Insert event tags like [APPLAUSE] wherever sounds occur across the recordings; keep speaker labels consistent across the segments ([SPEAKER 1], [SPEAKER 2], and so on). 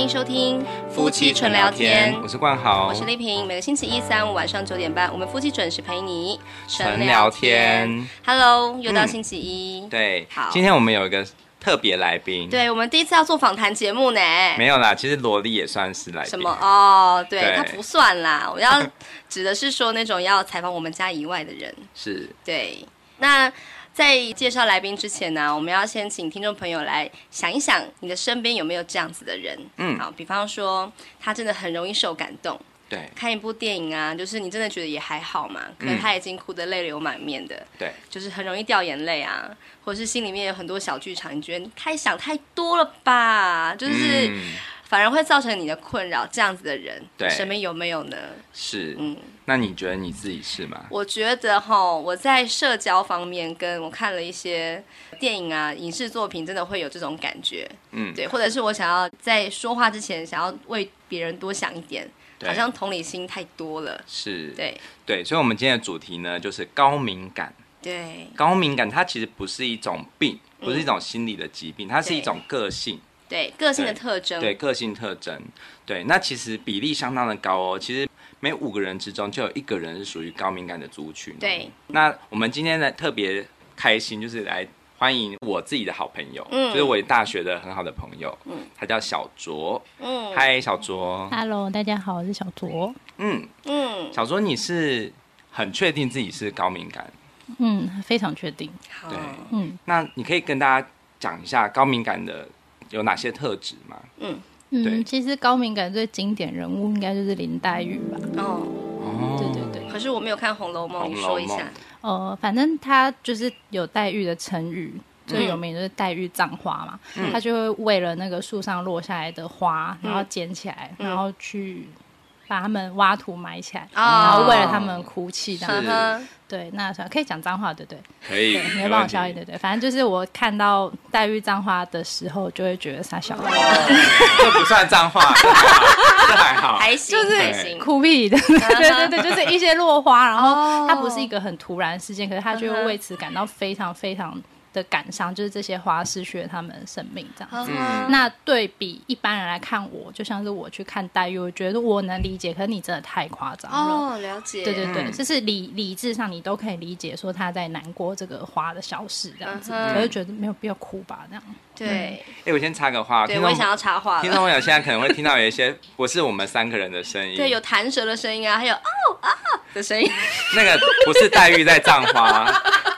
[SPEAKER 1] 迎收听
[SPEAKER 2] 夫妻纯聊
[SPEAKER 1] 夫妻纯
[SPEAKER 2] 天
[SPEAKER 1] 聊
[SPEAKER 2] 我是冠豪，
[SPEAKER 1] 我是丽萍。每个星期一、三、五晚上九点半，我们夫妻准时陪你
[SPEAKER 2] 纯聊天。嗯
[SPEAKER 1] Hello，又到星期一，
[SPEAKER 2] 对
[SPEAKER 1] 好，
[SPEAKER 2] 今天我们有一个特别来宾，，
[SPEAKER 1] 对我们第一次要做访谈节目呢。
[SPEAKER 2] 没有啦，其实萝莉也算是来宾，
[SPEAKER 1] 什么？哦，对
[SPEAKER 2] 对
[SPEAKER 1] 他不算啦，我要指的是说那种要采访我们家以外的人。
[SPEAKER 2] 是
[SPEAKER 1] 对，那在介绍来宾之前呢、我们要先请听众朋友来想一想，你的身边有没有这样子的人？
[SPEAKER 2] 嗯
[SPEAKER 1] 好，比方说他真的很容易受感动，
[SPEAKER 2] 对
[SPEAKER 1] 看一部电影啊，就是你真的觉得也还好嘛，可能
[SPEAKER 2] 嗯
[SPEAKER 1] 他已经哭得泪流满面的，
[SPEAKER 2] 对，
[SPEAKER 1] 就是很容易掉眼泪啊，或者是心里面有很多小剧场，你觉得你太想太多了吧，就是。
[SPEAKER 2] 嗯
[SPEAKER 1] 反而会造成你的困扰，这样子的人，
[SPEAKER 2] 对
[SPEAKER 1] 身边有没有呢？
[SPEAKER 2] 是，
[SPEAKER 1] 嗯，
[SPEAKER 2] 那你觉得你自己是吗？
[SPEAKER 1] 我觉得哈，我在社交方面，跟我看了一些电影啊、影视作品，真的会有这种感觉，
[SPEAKER 2] 嗯，
[SPEAKER 1] 对，或者是我想要在说话之前，想要为别人多想一点，
[SPEAKER 2] 对
[SPEAKER 1] 好像同理心太多了，
[SPEAKER 2] 是，
[SPEAKER 1] 对
[SPEAKER 2] 对，所以我们今天的主题呢，就是高敏感。
[SPEAKER 1] 对
[SPEAKER 2] 高敏感它其实不是一种病，不是一种心理的疾病，它是一种个性。
[SPEAKER 1] 对，个性的
[SPEAKER 2] 对
[SPEAKER 1] 特
[SPEAKER 3] 嗯
[SPEAKER 1] 征，
[SPEAKER 2] 对个性特征，对，那其实比例相当的高哦。其实每五个人之中就有一个人是属于高敏感的族群、哦
[SPEAKER 1] 对，
[SPEAKER 2] 那我们今天呢特别开心，就是来欢迎我自己的好朋友，
[SPEAKER 1] 嗯
[SPEAKER 2] 就是我大学的很好的朋友，
[SPEAKER 3] 嗯
[SPEAKER 2] 他叫小卓。
[SPEAKER 1] 嗯
[SPEAKER 2] 嗨，小卓，
[SPEAKER 3] Hello，大家好，我是小卓。
[SPEAKER 2] 嗯，
[SPEAKER 1] 嗯，
[SPEAKER 2] 小卓，你是很确定自己是高敏感？
[SPEAKER 3] 嗯，非常确定。
[SPEAKER 1] 好
[SPEAKER 2] 对，
[SPEAKER 3] 嗯
[SPEAKER 2] 那你可以跟大家讲一下高敏感的有哪些特质吗？对
[SPEAKER 3] 嗯，其实高敏感最经典人物应该就是林黛玉吧？
[SPEAKER 1] 哦，
[SPEAKER 2] 哦，
[SPEAKER 3] 对对对，
[SPEAKER 1] 可是我没有看《红楼梦》，
[SPEAKER 2] 红
[SPEAKER 1] 你
[SPEAKER 2] 楼
[SPEAKER 1] 说一
[SPEAKER 2] 梦
[SPEAKER 1] 下，
[SPEAKER 3] 呃，嗯反正她就是有黛玉的成语。最有名就是黛玉葬花嘛，
[SPEAKER 2] 嗯
[SPEAKER 3] 她就会为了那个树上落下来的花，
[SPEAKER 1] 嗯
[SPEAKER 3] 然后捡起来，
[SPEAKER 1] 嗯
[SPEAKER 3] 然后去把它们挖土埋起来，然后
[SPEAKER 1] 哦，
[SPEAKER 3] 为了他们哭泣这样。
[SPEAKER 1] 嗯哼，
[SPEAKER 3] 对，那算了可以讲脏话，对不对？
[SPEAKER 2] 可以，
[SPEAKER 3] [LAUGHS] 对，你
[SPEAKER 2] 没
[SPEAKER 3] 会帮我
[SPEAKER 2] 问题
[SPEAKER 3] 消音，对不对？反正就是我看到黛玉葬花的时候，就会觉得傻小子，
[SPEAKER 2] 这不算脏话，
[SPEAKER 1] [LAUGHS]
[SPEAKER 2] 这还好。
[SPEAKER 1] [LAUGHS] 还行，
[SPEAKER 3] 就是
[SPEAKER 1] 还行，
[SPEAKER 3] 哭屁
[SPEAKER 1] [LAUGHS]
[SPEAKER 3] 的，
[SPEAKER 1] 啊
[SPEAKER 3] 对对对，就是一些落花，然
[SPEAKER 1] 哦
[SPEAKER 3] 后它不是一个很突然的事件，可是他就
[SPEAKER 1] 嗯哼
[SPEAKER 3] 为此感到非常非常的感伤，就是这些花失去了他们的生命这样。
[SPEAKER 1] 嗯哼
[SPEAKER 3] 那对比一般人来看我，就像是我去看黛玉，我觉得我能理解，可是你真的太夸张了。
[SPEAKER 1] 哦，了解，
[SPEAKER 3] 对对对，
[SPEAKER 2] 嗯
[SPEAKER 3] 就是理理智上你都可以理解，说他在难过这个花的消逝这样子，
[SPEAKER 1] 嗯哼
[SPEAKER 3] 可是觉得没有必要哭吧这样。
[SPEAKER 1] 对
[SPEAKER 2] 哎、我先插个话，
[SPEAKER 1] 对，
[SPEAKER 2] 听
[SPEAKER 1] 我
[SPEAKER 2] 众
[SPEAKER 1] 也想要插话
[SPEAKER 2] 听
[SPEAKER 1] 了。
[SPEAKER 2] 众朋友现在可能会听到有一些不是我们三个人的声音，
[SPEAKER 1] 对，有弹舌的声音啊，还有哦啊的声音。
[SPEAKER 2] 那个不是黛玉在葬
[SPEAKER 1] [LAUGHS]
[SPEAKER 2] 花，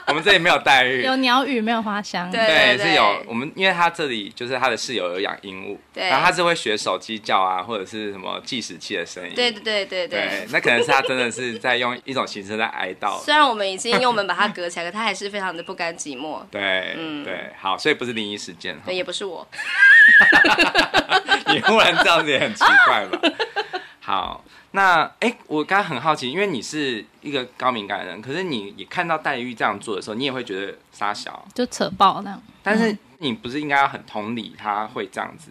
[SPEAKER 2] 我们这里没有黛玉，
[SPEAKER 3] 有鸟语没有花香，
[SPEAKER 1] 对对对
[SPEAKER 2] 是有我们，因为他这里就是他的室友有养鹦鹉，
[SPEAKER 1] 对
[SPEAKER 2] 然后他是会学手机叫啊，或者是什么计时器的声音，
[SPEAKER 1] 对对对对
[SPEAKER 2] 对
[SPEAKER 1] 对。，
[SPEAKER 2] 那可能是他真的是在用一种形式在哀
[SPEAKER 1] [LAUGHS]
[SPEAKER 2] 悼，
[SPEAKER 1] 虽然我们已经用我们把它隔起来，可它还是非常的不甘寂寞。
[SPEAKER 2] 对、
[SPEAKER 1] 嗯
[SPEAKER 2] 对，好，所以不是灵异事件哈
[SPEAKER 1] 对，，也不是我。
[SPEAKER 2] [LAUGHS] 你忽然这样子也很奇怪吧？好，那哎、我刚刚很好奇，因为你是一个高敏感的人，可是你也看到黛玉这样做的时候，你也会觉得傻小，
[SPEAKER 3] 就扯爆那样。
[SPEAKER 2] 但是你不是应该要很同理他会这样子？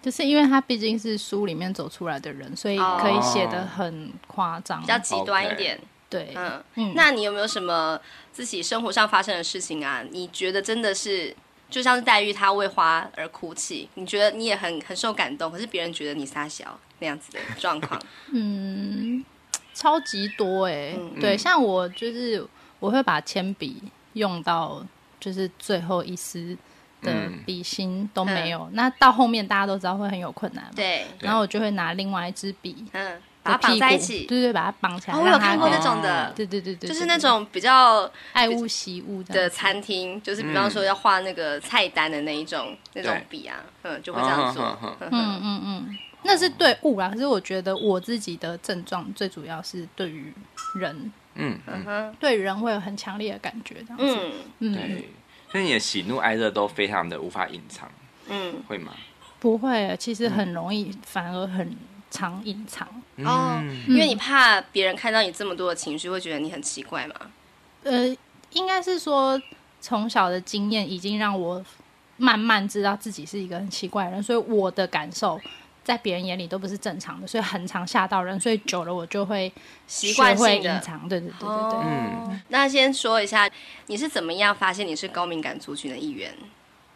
[SPEAKER 3] 就是因为他毕竟是书里面走出来的人，所以可以写的很夸张。
[SPEAKER 1] 比较极端一
[SPEAKER 2] [LAUGHS] 哦
[SPEAKER 1] 点。
[SPEAKER 3] 对，
[SPEAKER 1] 嗯
[SPEAKER 3] 嗯
[SPEAKER 1] 那你有没有什么自己生活上发生的事情啊？你觉得真的是就像是黛玉她为花而哭泣，你觉得你也很很受感动，可是别人觉得你撒小那样子的状
[SPEAKER 3] [LAUGHS]
[SPEAKER 1] 况，
[SPEAKER 3] 嗯，超级多哎、
[SPEAKER 1] 嗯
[SPEAKER 3] 对，
[SPEAKER 2] 嗯
[SPEAKER 3] 像我就是我会把铅笔用到就是最后一丝的
[SPEAKER 2] 嗯
[SPEAKER 3] 笔芯都没有，那到后面大家都知道会很有困难嘛。，
[SPEAKER 1] 嗯对，
[SPEAKER 2] 对
[SPEAKER 3] 然后我就会拿另外一支笔
[SPEAKER 1] 嗯，把
[SPEAKER 3] 的
[SPEAKER 1] 它
[SPEAKER 3] 屁
[SPEAKER 1] 绑
[SPEAKER 3] 股，
[SPEAKER 1] 在一起。
[SPEAKER 3] 对对，把它绑起来。
[SPEAKER 1] 哦，我有
[SPEAKER 3] 让它
[SPEAKER 1] 看过
[SPEAKER 3] 可以
[SPEAKER 1] 那种的，
[SPEAKER 3] 对对对对，
[SPEAKER 1] 就是
[SPEAKER 3] 对
[SPEAKER 1] 那种比较
[SPEAKER 3] 爱屋及乌这样
[SPEAKER 1] 的
[SPEAKER 3] 子
[SPEAKER 1] 餐
[SPEAKER 3] 嗯
[SPEAKER 1] 厅，就是比方说要画那个菜单的那一种、那种
[SPEAKER 2] 对
[SPEAKER 1] 笔啊，嗯，就会这样做。
[SPEAKER 2] 嗯嗯
[SPEAKER 1] 嗯
[SPEAKER 3] 嗯嗯嗯，那是对物啦。可是我觉得我自己的症状最主要是对于人，
[SPEAKER 2] 嗯
[SPEAKER 1] 嗯
[SPEAKER 2] 嗯，
[SPEAKER 1] 哼
[SPEAKER 3] 对人会有很强烈的感觉，这样子。
[SPEAKER 1] 嗯
[SPEAKER 3] 嗯，
[SPEAKER 2] 对，所以你的喜怒哀乐都非常的无法隐藏，
[SPEAKER 1] 嗯
[SPEAKER 2] 会吗？
[SPEAKER 3] 不会，其实很容易，反而很常隐藏。
[SPEAKER 1] 哦
[SPEAKER 2] 嗯，
[SPEAKER 1] 因为你怕别人看到你这么多的情绪，会觉得你很奇怪嘛？
[SPEAKER 2] 嗯
[SPEAKER 3] 呃，应该是说从小的经验已经让我慢慢知道自己是一个很奇怪的人，所以我的感受。在别人眼里都不是正常的，所以很常吓到人，所以久了我就会
[SPEAKER 1] 习惯
[SPEAKER 3] 学会
[SPEAKER 1] 性
[SPEAKER 3] 隐
[SPEAKER 1] 的。
[SPEAKER 3] 藏，对对对对对，
[SPEAKER 2] 嗯
[SPEAKER 1] 哦，那先说一下，你是怎么样发现你是高敏感族群的一员？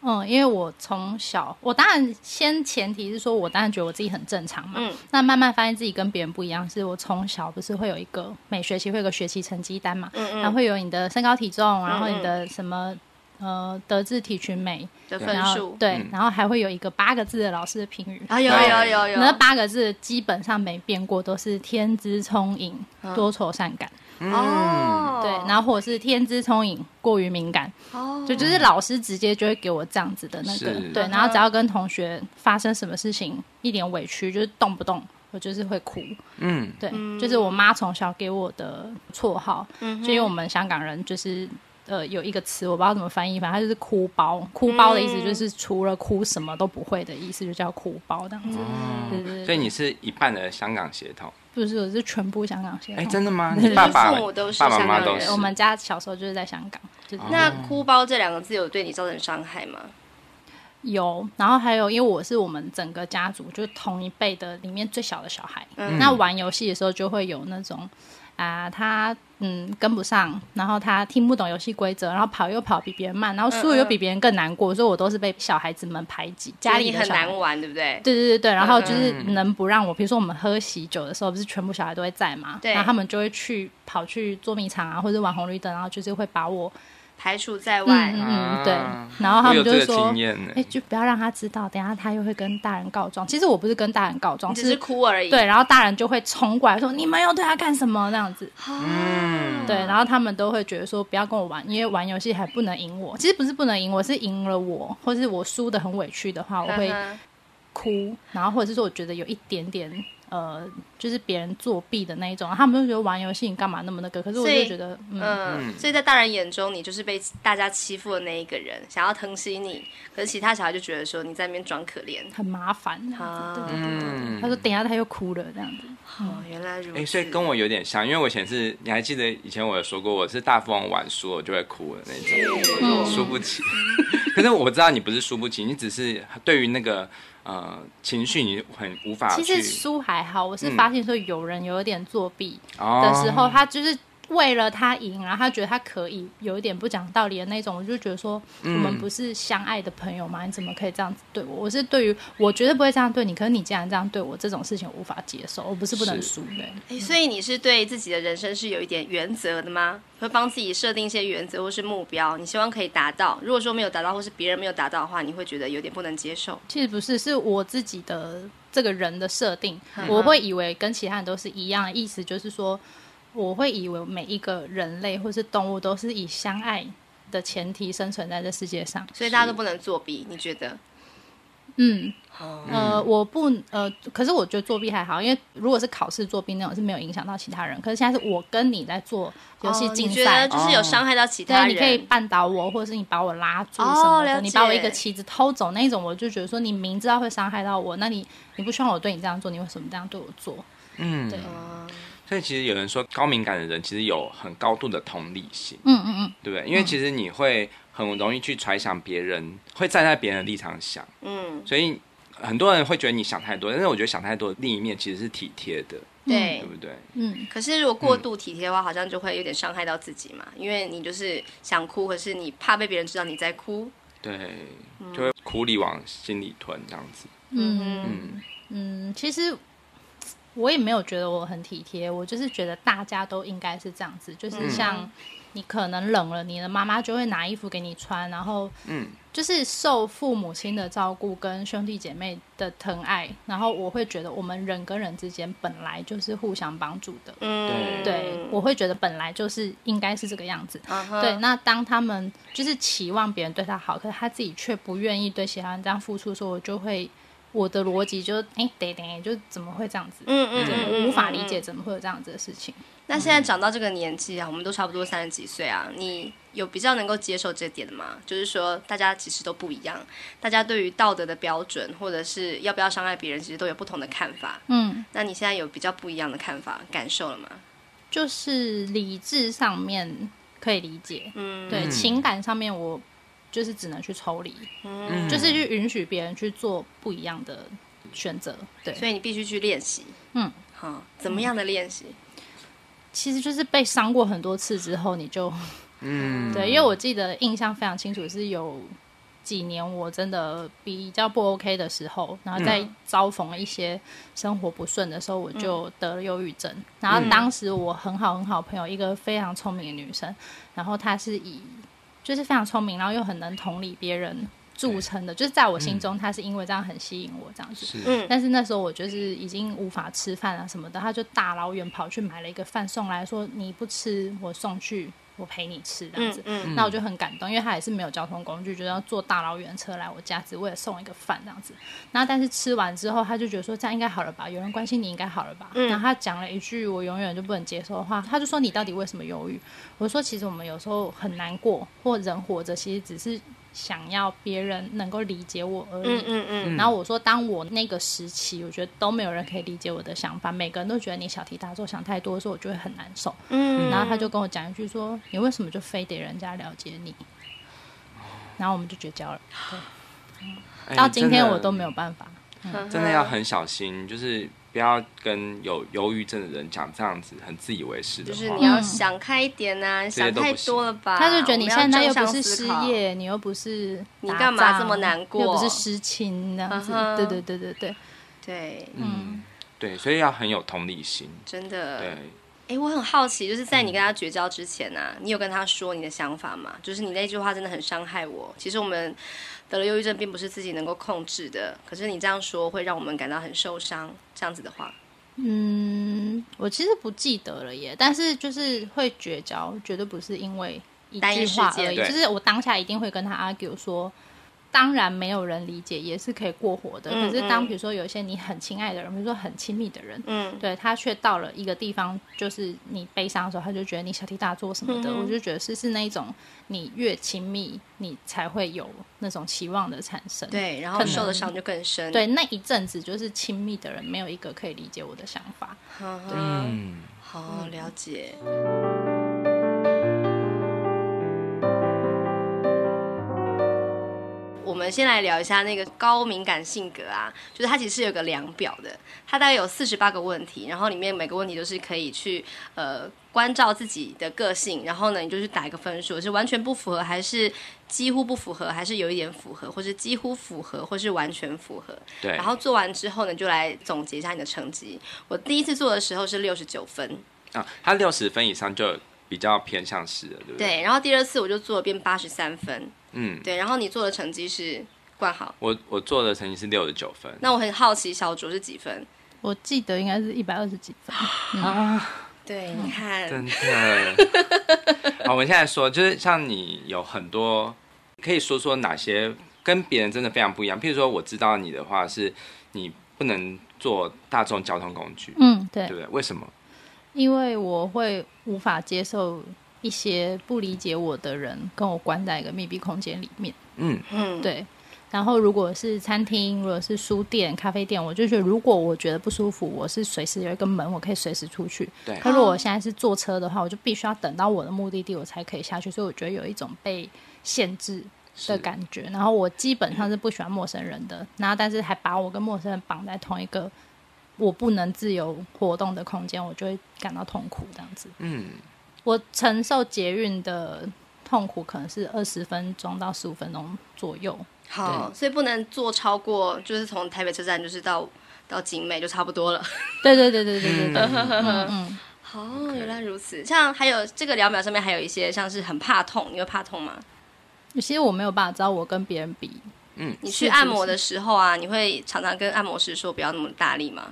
[SPEAKER 3] 嗯，因为我从小，我当然先前提是说，我当然觉得我自己很正常嘛。
[SPEAKER 1] 嗯
[SPEAKER 3] 那慢慢发现自己跟别人不一样，是我从小不是会有一个每学期会有个学期成绩单嘛，
[SPEAKER 1] 嗯
[SPEAKER 3] 然后
[SPEAKER 1] 嗯，
[SPEAKER 3] 会有你的身高体重，然后
[SPEAKER 1] 嗯嗯
[SPEAKER 3] 你的什么呃德智体群美，
[SPEAKER 1] 的分
[SPEAKER 3] 然后
[SPEAKER 1] 数，
[SPEAKER 3] 对，
[SPEAKER 2] 嗯
[SPEAKER 3] 然后还会有一个八个字的老师的评语。
[SPEAKER 1] 啊有
[SPEAKER 2] 对
[SPEAKER 1] 有有
[SPEAKER 3] 那
[SPEAKER 1] 有，
[SPEAKER 3] 八个字基本上没变过，都是天资聪颖、多愁善感，
[SPEAKER 2] 嗯，
[SPEAKER 1] 哦，
[SPEAKER 3] 对，然后或者是天资聪颖过于敏感，
[SPEAKER 1] 哦，
[SPEAKER 3] 就就是老师直接就会给我这样子的那个
[SPEAKER 2] 嗯是，
[SPEAKER 3] 对，
[SPEAKER 1] 嗯哼
[SPEAKER 3] 然后只要跟同学发生什么事情，一点委屈就是动不动我就是会哭，
[SPEAKER 2] 嗯，
[SPEAKER 3] 对，
[SPEAKER 1] 嗯
[SPEAKER 3] 就是我妈从小给我的绰号，
[SPEAKER 1] 嗯哼
[SPEAKER 3] 就因为我们香港人就是。呃，有一个词我不知道怎么翻译，反正它就是哭包。哭包的意
[SPEAKER 2] 嗯
[SPEAKER 3] 思就是除了哭什么都不会的意思，就叫哭包这样子。对对对
[SPEAKER 2] 哦所以你是一半的香港血统，
[SPEAKER 3] 不是，我是全部香港血
[SPEAKER 2] 哎，
[SPEAKER 3] 统。
[SPEAKER 2] 真的吗？
[SPEAKER 3] 对
[SPEAKER 2] 你爸爸、
[SPEAKER 1] 就是父母都是
[SPEAKER 2] 爸爸妈妈
[SPEAKER 1] 香港
[SPEAKER 2] 都
[SPEAKER 1] 人
[SPEAKER 2] 是哦
[SPEAKER 3] 我们家小时候就是在香港，就是
[SPEAKER 1] 嗯那“哭包”这两个字有对你造成伤害吗？
[SPEAKER 3] 有，然后还有，因为我是我们整个家族就是同一辈的里面最小的小孩，
[SPEAKER 1] 嗯
[SPEAKER 3] 那玩游戏的时候就会有那种啊、他嗯跟不上，然后他听不懂游戏规则，然后跑又跑比别人
[SPEAKER 1] 嗯
[SPEAKER 3] 慢，然后输了又比别人更难过，所以我都是被小孩子们排挤，家里
[SPEAKER 1] 就是你
[SPEAKER 3] 的
[SPEAKER 1] 很
[SPEAKER 3] 小孩
[SPEAKER 1] 难。玩，对不对？
[SPEAKER 3] 对对对对，然后就是
[SPEAKER 2] 嗯
[SPEAKER 3] 能不让我，比如说我们喝喜酒的时候，不是全部小孩都会在嘛，
[SPEAKER 1] 对
[SPEAKER 3] 然后他们就会去跑去捉迷藏啊，或者玩红绿灯，然后就是会把我，
[SPEAKER 1] 排除在外
[SPEAKER 3] 嗯，嗯嗯，对
[SPEAKER 2] 啊，
[SPEAKER 3] 然后他
[SPEAKER 2] 我
[SPEAKER 3] 们
[SPEAKER 2] 有
[SPEAKER 3] 就
[SPEAKER 2] 这个
[SPEAKER 3] 会说，
[SPEAKER 2] 经验呢
[SPEAKER 3] 哎、。就不要让他知道，等一下他又会跟大人告状。其实我不是跟大人告状，
[SPEAKER 1] 你只是哭而已。
[SPEAKER 3] 对，然后大人就会冲过来说：“你们又对他干什么？”那样子，
[SPEAKER 1] 哦嗯，
[SPEAKER 3] 对，然后他们都会觉得说：“不要跟我玩，因为玩游戏还不能赢我。”其实不是不能赢我，是赢了我，或是我输的很委屈的话，我会
[SPEAKER 1] 嗯
[SPEAKER 3] 哭，然后或者是说我觉得有一点点呃，就是别人作弊的那一种，他们就觉得玩游戏你干嘛那么那个？可是我
[SPEAKER 1] 所
[SPEAKER 3] 就
[SPEAKER 1] 以
[SPEAKER 3] 觉得，嗯，
[SPEAKER 1] 嗯，所以在大人眼中，你就是被大家欺负的那一个人，想要疼惜你，可是其他小孩就觉得说你在那边装可怜。
[SPEAKER 3] 很麻烦。这样
[SPEAKER 1] 啊
[SPEAKER 3] 子对对对对
[SPEAKER 2] 嗯
[SPEAKER 3] 他说：“等一下他又哭了。”这样子，
[SPEAKER 1] 哦，原来如
[SPEAKER 3] 嗯
[SPEAKER 2] 哎、
[SPEAKER 1] 此。
[SPEAKER 2] 所以跟我有点像，因为我以前是，你还记得以前我有说过，我是大富翁玩输我就会哭的那种，输不起。 [LAUGHS] 可是我知道你不是输不起，你只是对于那个呃情绪你很无法
[SPEAKER 3] 其
[SPEAKER 2] 去
[SPEAKER 3] 实书还好，我是
[SPEAKER 2] 嗯哦
[SPEAKER 3] 发现说有人有点作弊，
[SPEAKER 2] 的
[SPEAKER 3] 的时候，他就是为了他赢，然后他觉得他可以，有一点不讲道理的那种，我就觉得说，我们不是相爱的朋友吗？你怎么可以这样子对我？我是对于我绝对不会这样对你，可是你竟然这样对我，这种事情我无法接受，我不是不能
[SPEAKER 2] 是
[SPEAKER 3] 输的。
[SPEAKER 1] 诶哎所以你是对自己的人生是有一点原则的吗？会帮自己设定一些原则或是目标，你希望可以达到。如果说没有达到，或是别人没有达到的话，你会觉得有点不能接受。
[SPEAKER 3] 其实不是，是我自己的这个人的设定，
[SPEAKER 2] 嗯
[SPEAKER 3] 我会以为跟其他人都是一样的，意思就是说，我会以为每一个人类或是动物都是以相爱的前提生存在这世界上。
[SPEAKER 1] 所以大家都不能作弊，你觉得？
[SPEAKER 3] 嗯，呃，我不呃，可是我觉得作弊还好，因为如果是考试作弊那种是没有影响到其他人。可是现在是我跟你在做游戏
[SPEAKER 1] 哦
[SPEAKER 3] 竞
[SPEAKER 1] 你觉
[SPEAKER 3] 赛，
[SPEAKER 1] 得就是有伤害到其他
[SPEAKER 3] 对，
[SPEAKER 1] 人，
[SPEAKER 3] 你可以绊倒我，或者是你把我拉住
[SPEAKER 1] 哦
[SPEAKER 3] 什么的，
[SPEAKER 1] 了解
[SPEAKER 3] 你把我一个棋子偷走那种，我就觉得说你明知道会伤害到我，那你你不希望我对你这样做，你为什么这样对我做？
[SPEAKER 2] 嗯
[SPEAKER 3] 对，，
[SPEAKER 2] 所以其实有人说高敏感的人其实有很高度的同理心，
[SPEAKER 3] 嗯嗯嗯，
[SPEAKER 2] 对不对？因为其实你会很容易去揣想别人，会站在别人的立场想，
[SPEAKER 1] 嗯，
[SPEAKER 2] 所以很多人会觉得你想太多，但是我觉得想太多的另一面其实是体贴的，
[SPEAKER 1] 对
[SPEAKER 2] 对。不对？
[SPEAKER 3] 嗯，
[SPEAKER 1] 可是如果过度体贴的话，好像就会有点伤害到自己嘛，因为你就是想哭，可是你怕被别人知道你在哭。
[SPEAKER 2] 对，就会苦里往心里吞这样子。
[SPEAKER 3] 嗯
[SPEAKER 2] 嗯
[SPEAKER 3] 嗯，其实我也没有觉得我很体贴，我就是觉得大家都应该是这样子，就是像你可能冷了，你的妈妈就会拿衣服给你穿，然后
[SPEAKER 2] 嗯，
[SPEAKER 3] 就是受父母亲的照顾跟兄弟姐妹的疼爱，然后我会觉得我们人跟人之间本来就是互相帮助的，
[SPEAKER 1] 嗯，
[SPEAKER 3] 对我会觉得本来就是应该是这个样子。
[SPEAKER 1] 嗯哼
[SPEAKER 3] 对，那当他们就是期望别人对他好，可是他自己却不愿意对其他人这样付出的时候，我就会我的逻辑就哎得得，就怎么会这样子？
[SPEAKER 1] 嗯嗯嗯
[SPEAKER 3] 对，
[SPEAKER 1] 嗯，
[SPEAKER 3] 无法理
[SPEAKER 1] 嗯。
[SPEAKER 3] 解
[SPEAKER 1] 嗯
[SPEAKER 3] 怎么会有这样子的事情。
[SPEAKER 1] 那现在长到这个年纪啊，我们都差不多三十几岁啊，你有比较能够接受这点的吗？就是说，大家其实都不一样，大家对于道德的标准，或者是要不要伤害别人，其实都有不同的看法。
[SPEAKER 3] 嗯，
[SPEAKER 1] 那你现在有比较不一样的看法、感受了吗？
[SPEAKER 3] 就是理智上面可以理解，
[SPEAKER 1] 嗯，
[SPEAKER 3] 对，
[SPEAKER 2] 嗯
[SPEAKER 3] 情感上面我就是只能去抽离，
[SPEAKER 1] 嗯，
[SPEAKER 3] 就是去允许别人去做不一样的选择。对，
[SPEAKER 1] 所以你必须去练习。
[SPEAKER 3] 嗯，
[SPEAKER 1] 好，怎么样的练习？
[SPEAKER 3] 其实就是被伤过很多次之后，你就
[SPEAKER 2] 嗯，
[SPEAKER 3] 对，因为我记得印象非常清楚，是有几年我真的比较不 OK 的时候，然后在遭逢一些生活不顺的时候，我就得了忧郁症。然后当时我很好很好朋友，一个非常聪明的女生，然后她是以就是非常聪明，然后又很能同理别人著称的，就是在我心中，她是因为这样很吸引我这样子。
[SPEAKER 2] 是
[SPEAKER 1] 嗯
[SPEAKER 3] 但是那时候我就是已经无法吃饭啊什么的，他就大老远跑去买了一个饭送来说你不吃我送去，我陪你吃这样子
[SPEAKER 1] 嗯。嗯，
[SPEAKER 3] 那我就很感动，因为他也是没有交通工具，就是要坐大老远车来我家，只为了送一个饭这样子。然后但是吃完之后，他就觉得说这样应该好了吧，有人关心你应该好了吧。
[SPEAKER 1] 嗯
[SPEAKER 3] 然后他讲了一句我永远就不能接受的话，他就说你到底为什么忧郁？我说其实我们有时候很难过，或人活着其实只是想要别人能够理解我而已。
[SPEAKER 1] 嗯嗯嗯，
[SPEAKER 3] 然后我说，当我那个时期，我觉得都没有人可以理解我的想法，每个人都觉得你小题大做，想太多的时候，我就会很难受。
[SPEAKER 1] 嗯，
[SPEAKER 3] 然后他就跟我讲一句说：“你为什么就非得人家了解你？”然后我们就绝交了。
[SPEAKER 2] 哎
[SPEAKER 3] 到今天我都没
[SPEAKER 2] 有。
[SPEAKER 3] 有办法。
[SPEAKER 1] 嗯
[SPEAKER 2] 真的要很小心，就是不要跟有忧郁症的人讲这样子很自以为是的
[SPEAKER 1] 就
[SPEAKER 2] 话。
[SPEAKER 1] 是你要想开一点呐、
[SPEAKER 2] 些
[SPEAKER 1] 想
[SPEAKER 2] 都不
[SPEAKER 1] 太
[SPEAKER 2] 行
[SPEAKER 1] 多了吧？
[SPEAKER 3] 嗯他就觉得你
[SPEAKER 1] 啊我们要
[SPEAKER 3] 现在又
[SPEAKER 1] 正
[SPEAKER 3] 不
[SPEAKER 1] 向
[SPEAKER 3] 是
[SPEAKER 1] 思
[SPEAKER 3] 失
[SPEAKER 1] 考，
[SPEAKER 3] 业，你又不是
[SPEAKER 1] 你
[SPEAKER 3] 打
[SPEAKER 1] 干嘛
[SPEAKER 3] 仗
[SPEAKER 1] 这么难过
[SPEAKER 3] 又不是失亲那样子
[SPEAKER 1] 嗯哼。
[SPEAKER 3] 对对对对对，
[SPEAKER 1] 对，
[SPEAKER 2] 嗯，对，所以要很有同理心。
[SPEAKER 1] 真的。
[SPEAKER 2] 对，
[SPEAKER 1] 哎、我很好奇，就是在你跟他绝交之前呢、啊，你有跟他说你的想法吗？就是你那句话真的很伤害我。其实我们得了忧郁症并不是自己能够控制的，可是你这样说会让我们感到很受伤。这样子的话，
[SPEAKER 3] 嗯，我其实不记得了耶，但是就是会绝交，绝对不是因为一
[SPEAKER 1] 单一
[SPEAKER 3] 句
[SPEAKER 1] 事
[SPEAKER 3] 话
[SPEAKER 1] 件
[SPEAKER 3] 而已，
[SPEAKER 2] 对
[SPEAKER 3] 就是我当下一定会跟他 argue 说。当然，没有人理解也是可以过活的。
[SPEAKER 1] 嗯
[SPEAKER 3] 可是，当
[SPEAKER 1] 嗯
[SPEAKER 3] 比如说有一些你很亲爱的人，比如说很亲密的人，
[SPEAKER 1] 嗯，
[SPEAKER 3] 对他却到了一个地方，就是你悲伤的时候，他就觉得你小题大做什么的。
[SPEAKER 1] 嗯哼
[SPEAKER 3] 我就觉得是是那一种，你越亲密，你才会有那种期望的产生。
[SPEAKER 1] 对，然后
[SPEAKER 3] 可能
[SPEAKER 1] 受的伤就更深。
[SPEAKER 3] 对，那一阵子就是亲密的人没有一个可以理解我的想法。
[SPEAKER 1] 呵呵，
[SPEAKER 2] 嗯，
[SPEAKER 1] 好了解。我们先来聊一下那个高敏感性格啊，就是它其实是有个量表的，它大概有四十八个问题，然后里面每个问题都是可以去呃关照自己的个性，然后呢你就去打一个分数，是完全不符合，还是几乎不符合，还是有一点符合，或是几乎符合，或是完全符合。
[SPEAKER 2] 对。
[SPEAKER 1] 然后做完之后呢，就来总结一下你的成绩。我第一次做的时候是六十九分，
[SPEAKER 2] 啊，他六十分以上就比较偏向是了，对不对？
[SPEAKER 1] 对，然后第二次我就做了变八十三分，
[SPEAKER 2] 嗯，
[SPEAKER 1] 对，然后你做的成绩是冠好。
[SPEAKER 2] 我我做的成绩是六十九分。
[SPEAKER 1] 那我很好奇小卓是几分？
[SPEAKER 3] 我记得应该是一百二十几分。
[SPEAKER 1] 对，你看，
[SPEAKER 2] 真的。好，我们现在说，就是像你有很多，可以说说哪些跟别人真的非常不一样。譬如说，我知道你的话是，你不能坐大众交通工具，
[SPEAKER 3] 嗯，对
[SPEAKER 2] 对，不对？为什么？
[SPEAKER 3] 因为我会无法接受一些不理解我的人跟我关在一个密闭空间里面。
[SPEAKER 2] 嗯，
[SPEAKER 1] 嗯，
[SPEAKER 3] 对。然后，如果是餐厅，如果是书店、咖啡店，我就觉得，如果我觉得不舒服，我是随时有一个门，我可以随时出去。
[SPEAKER 2] 对
[SPEAKER 3] 可如果我现在是坐车的话，我就必须要等到我的目的地，我才可以下去。所以我觉得有一种被限制的
[SPEAKER 2] 是
[SPEAKER 3] 感觉。然后我基本上是不喜欢陌生人的，然后但是还把我跟陌生人绑在同一个我不能自由活动的空间，我就会感到痛苦。这样子，
[SPEAKER 2] 嗯，
[SPEAKER 3] 我承受捷运的痛苦可能是二十分钟到十五分钟左右。
[SPEAKER 1] 好，所以不能坐超过，就是从台北车站就是到到景美就差不多了。
[SPEAKER 3] 对对对对对对对，嗯嗯，
[SPEAKER 1] 哦，原来如此。像还有这个量表上面还有一些像是很怕痛，你会怕痛吗？
[SPEAKER 3] 有些我没有办法知道我跟别人比，
[SPEAKER 2] 嗯
[SPEAKER 1] 你
[SPEAKER 3] 是
[SPEAKER 1] 去按摩的时候啊，你会常常跟按摩师说不要那么大力吗？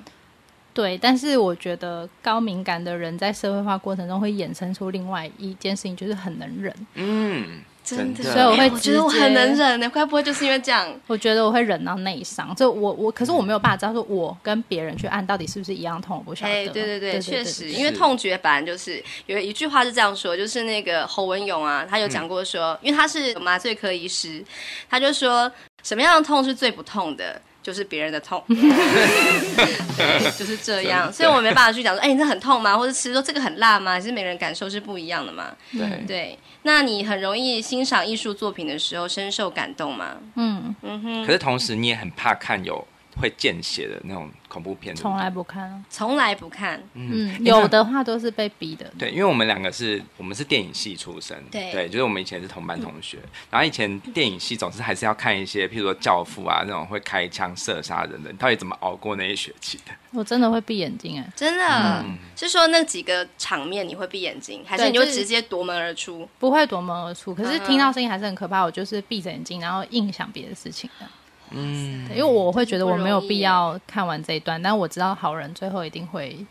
[SPEAKER 3] 对，但是我觉得高敏感的人在社会化过程中会衍生出另外一件事情，就是很能忍。
[SPEAKER 2] 嗯，真的
[SPEAKER 1] 的，
[SPEAKER 3] 所以我会
[SPEAKER 1] 哎我觉得我
[SPEAKER 3] 直接
[SPEAKER 1] 很能忍呢，该不会就是因为这样？
[SPEAKER 3] 我觉得我会忍到内伤，就我我，可是我没有办法知道说我跟别人去按到底是不是一样痛，我不晓得。
[SPEAKER 1] 哎、对对对，确实，因为
[SPEAKER 2] 是
[SPEAKER 1] 痛觉本来就是有一句话是这样说，就是那个侯文勇啊，他有讲过说，因为他是麻醉科医师，他就说什么样的痛是最不痛的。就是别人的痛， [LAUGHS] 就是这样， [LAUGHS] 所以我没办法去讲说，哎、你这很痛吗？或者吃说这个很辣吗？其实每个人感受是不一样的嘛。 [LAUGHS]
[SPEAKER 2] 嗯对
[SPEAKER 1] 对，那你很容易欣赏艺术作品的时候深受感动吗？
[SPEAKER 3] 嗯，
[SPEAKER 1] 嗯哼，
[SPEAKER 2] 可是同时你也很怕看有会见血的那种恐怖片，对不对
[SPEAKER 3] 从来不看啊。
[SPEAKER 1] 从来不看，
[SPEAKER 3] 嗯，有的话都是被逼的。
[SPEAKER 2] 对，因为我们两个是我们是电影系出身，
[SPEAKER 1] 对
[SPEAKER 2] 就是我们以前是同班同学，然后以前电影系总是还是要看一些，譬如说《教父》啊那种会开枪射杀人的，你到底怎么熬过那一学期的？
[SPEAKER 3] 我真的会闭眼睛哎、
[SPEAKER 1] 真的、
[SPEAKER 2] 嗯
[SPEAKER 1] 是说那几个场面你会闭眼睛，还是
[SPEAKER 3] 对
[SPEAKER 1] 你就
[SPEAKER 3] 就是
[SPEAKER 1] 直接夺门而出？
[SPEAKER 3] 不会夺门而出，可是
[SPEAKER 1] 嗯
[SPEAKER 3] 听到声音还是很可怕。我就是闭着眼睛，然后硬想别的事情的。嗯，因为我会觉得我没有必要看完这一段，但我知道好人最后一定会，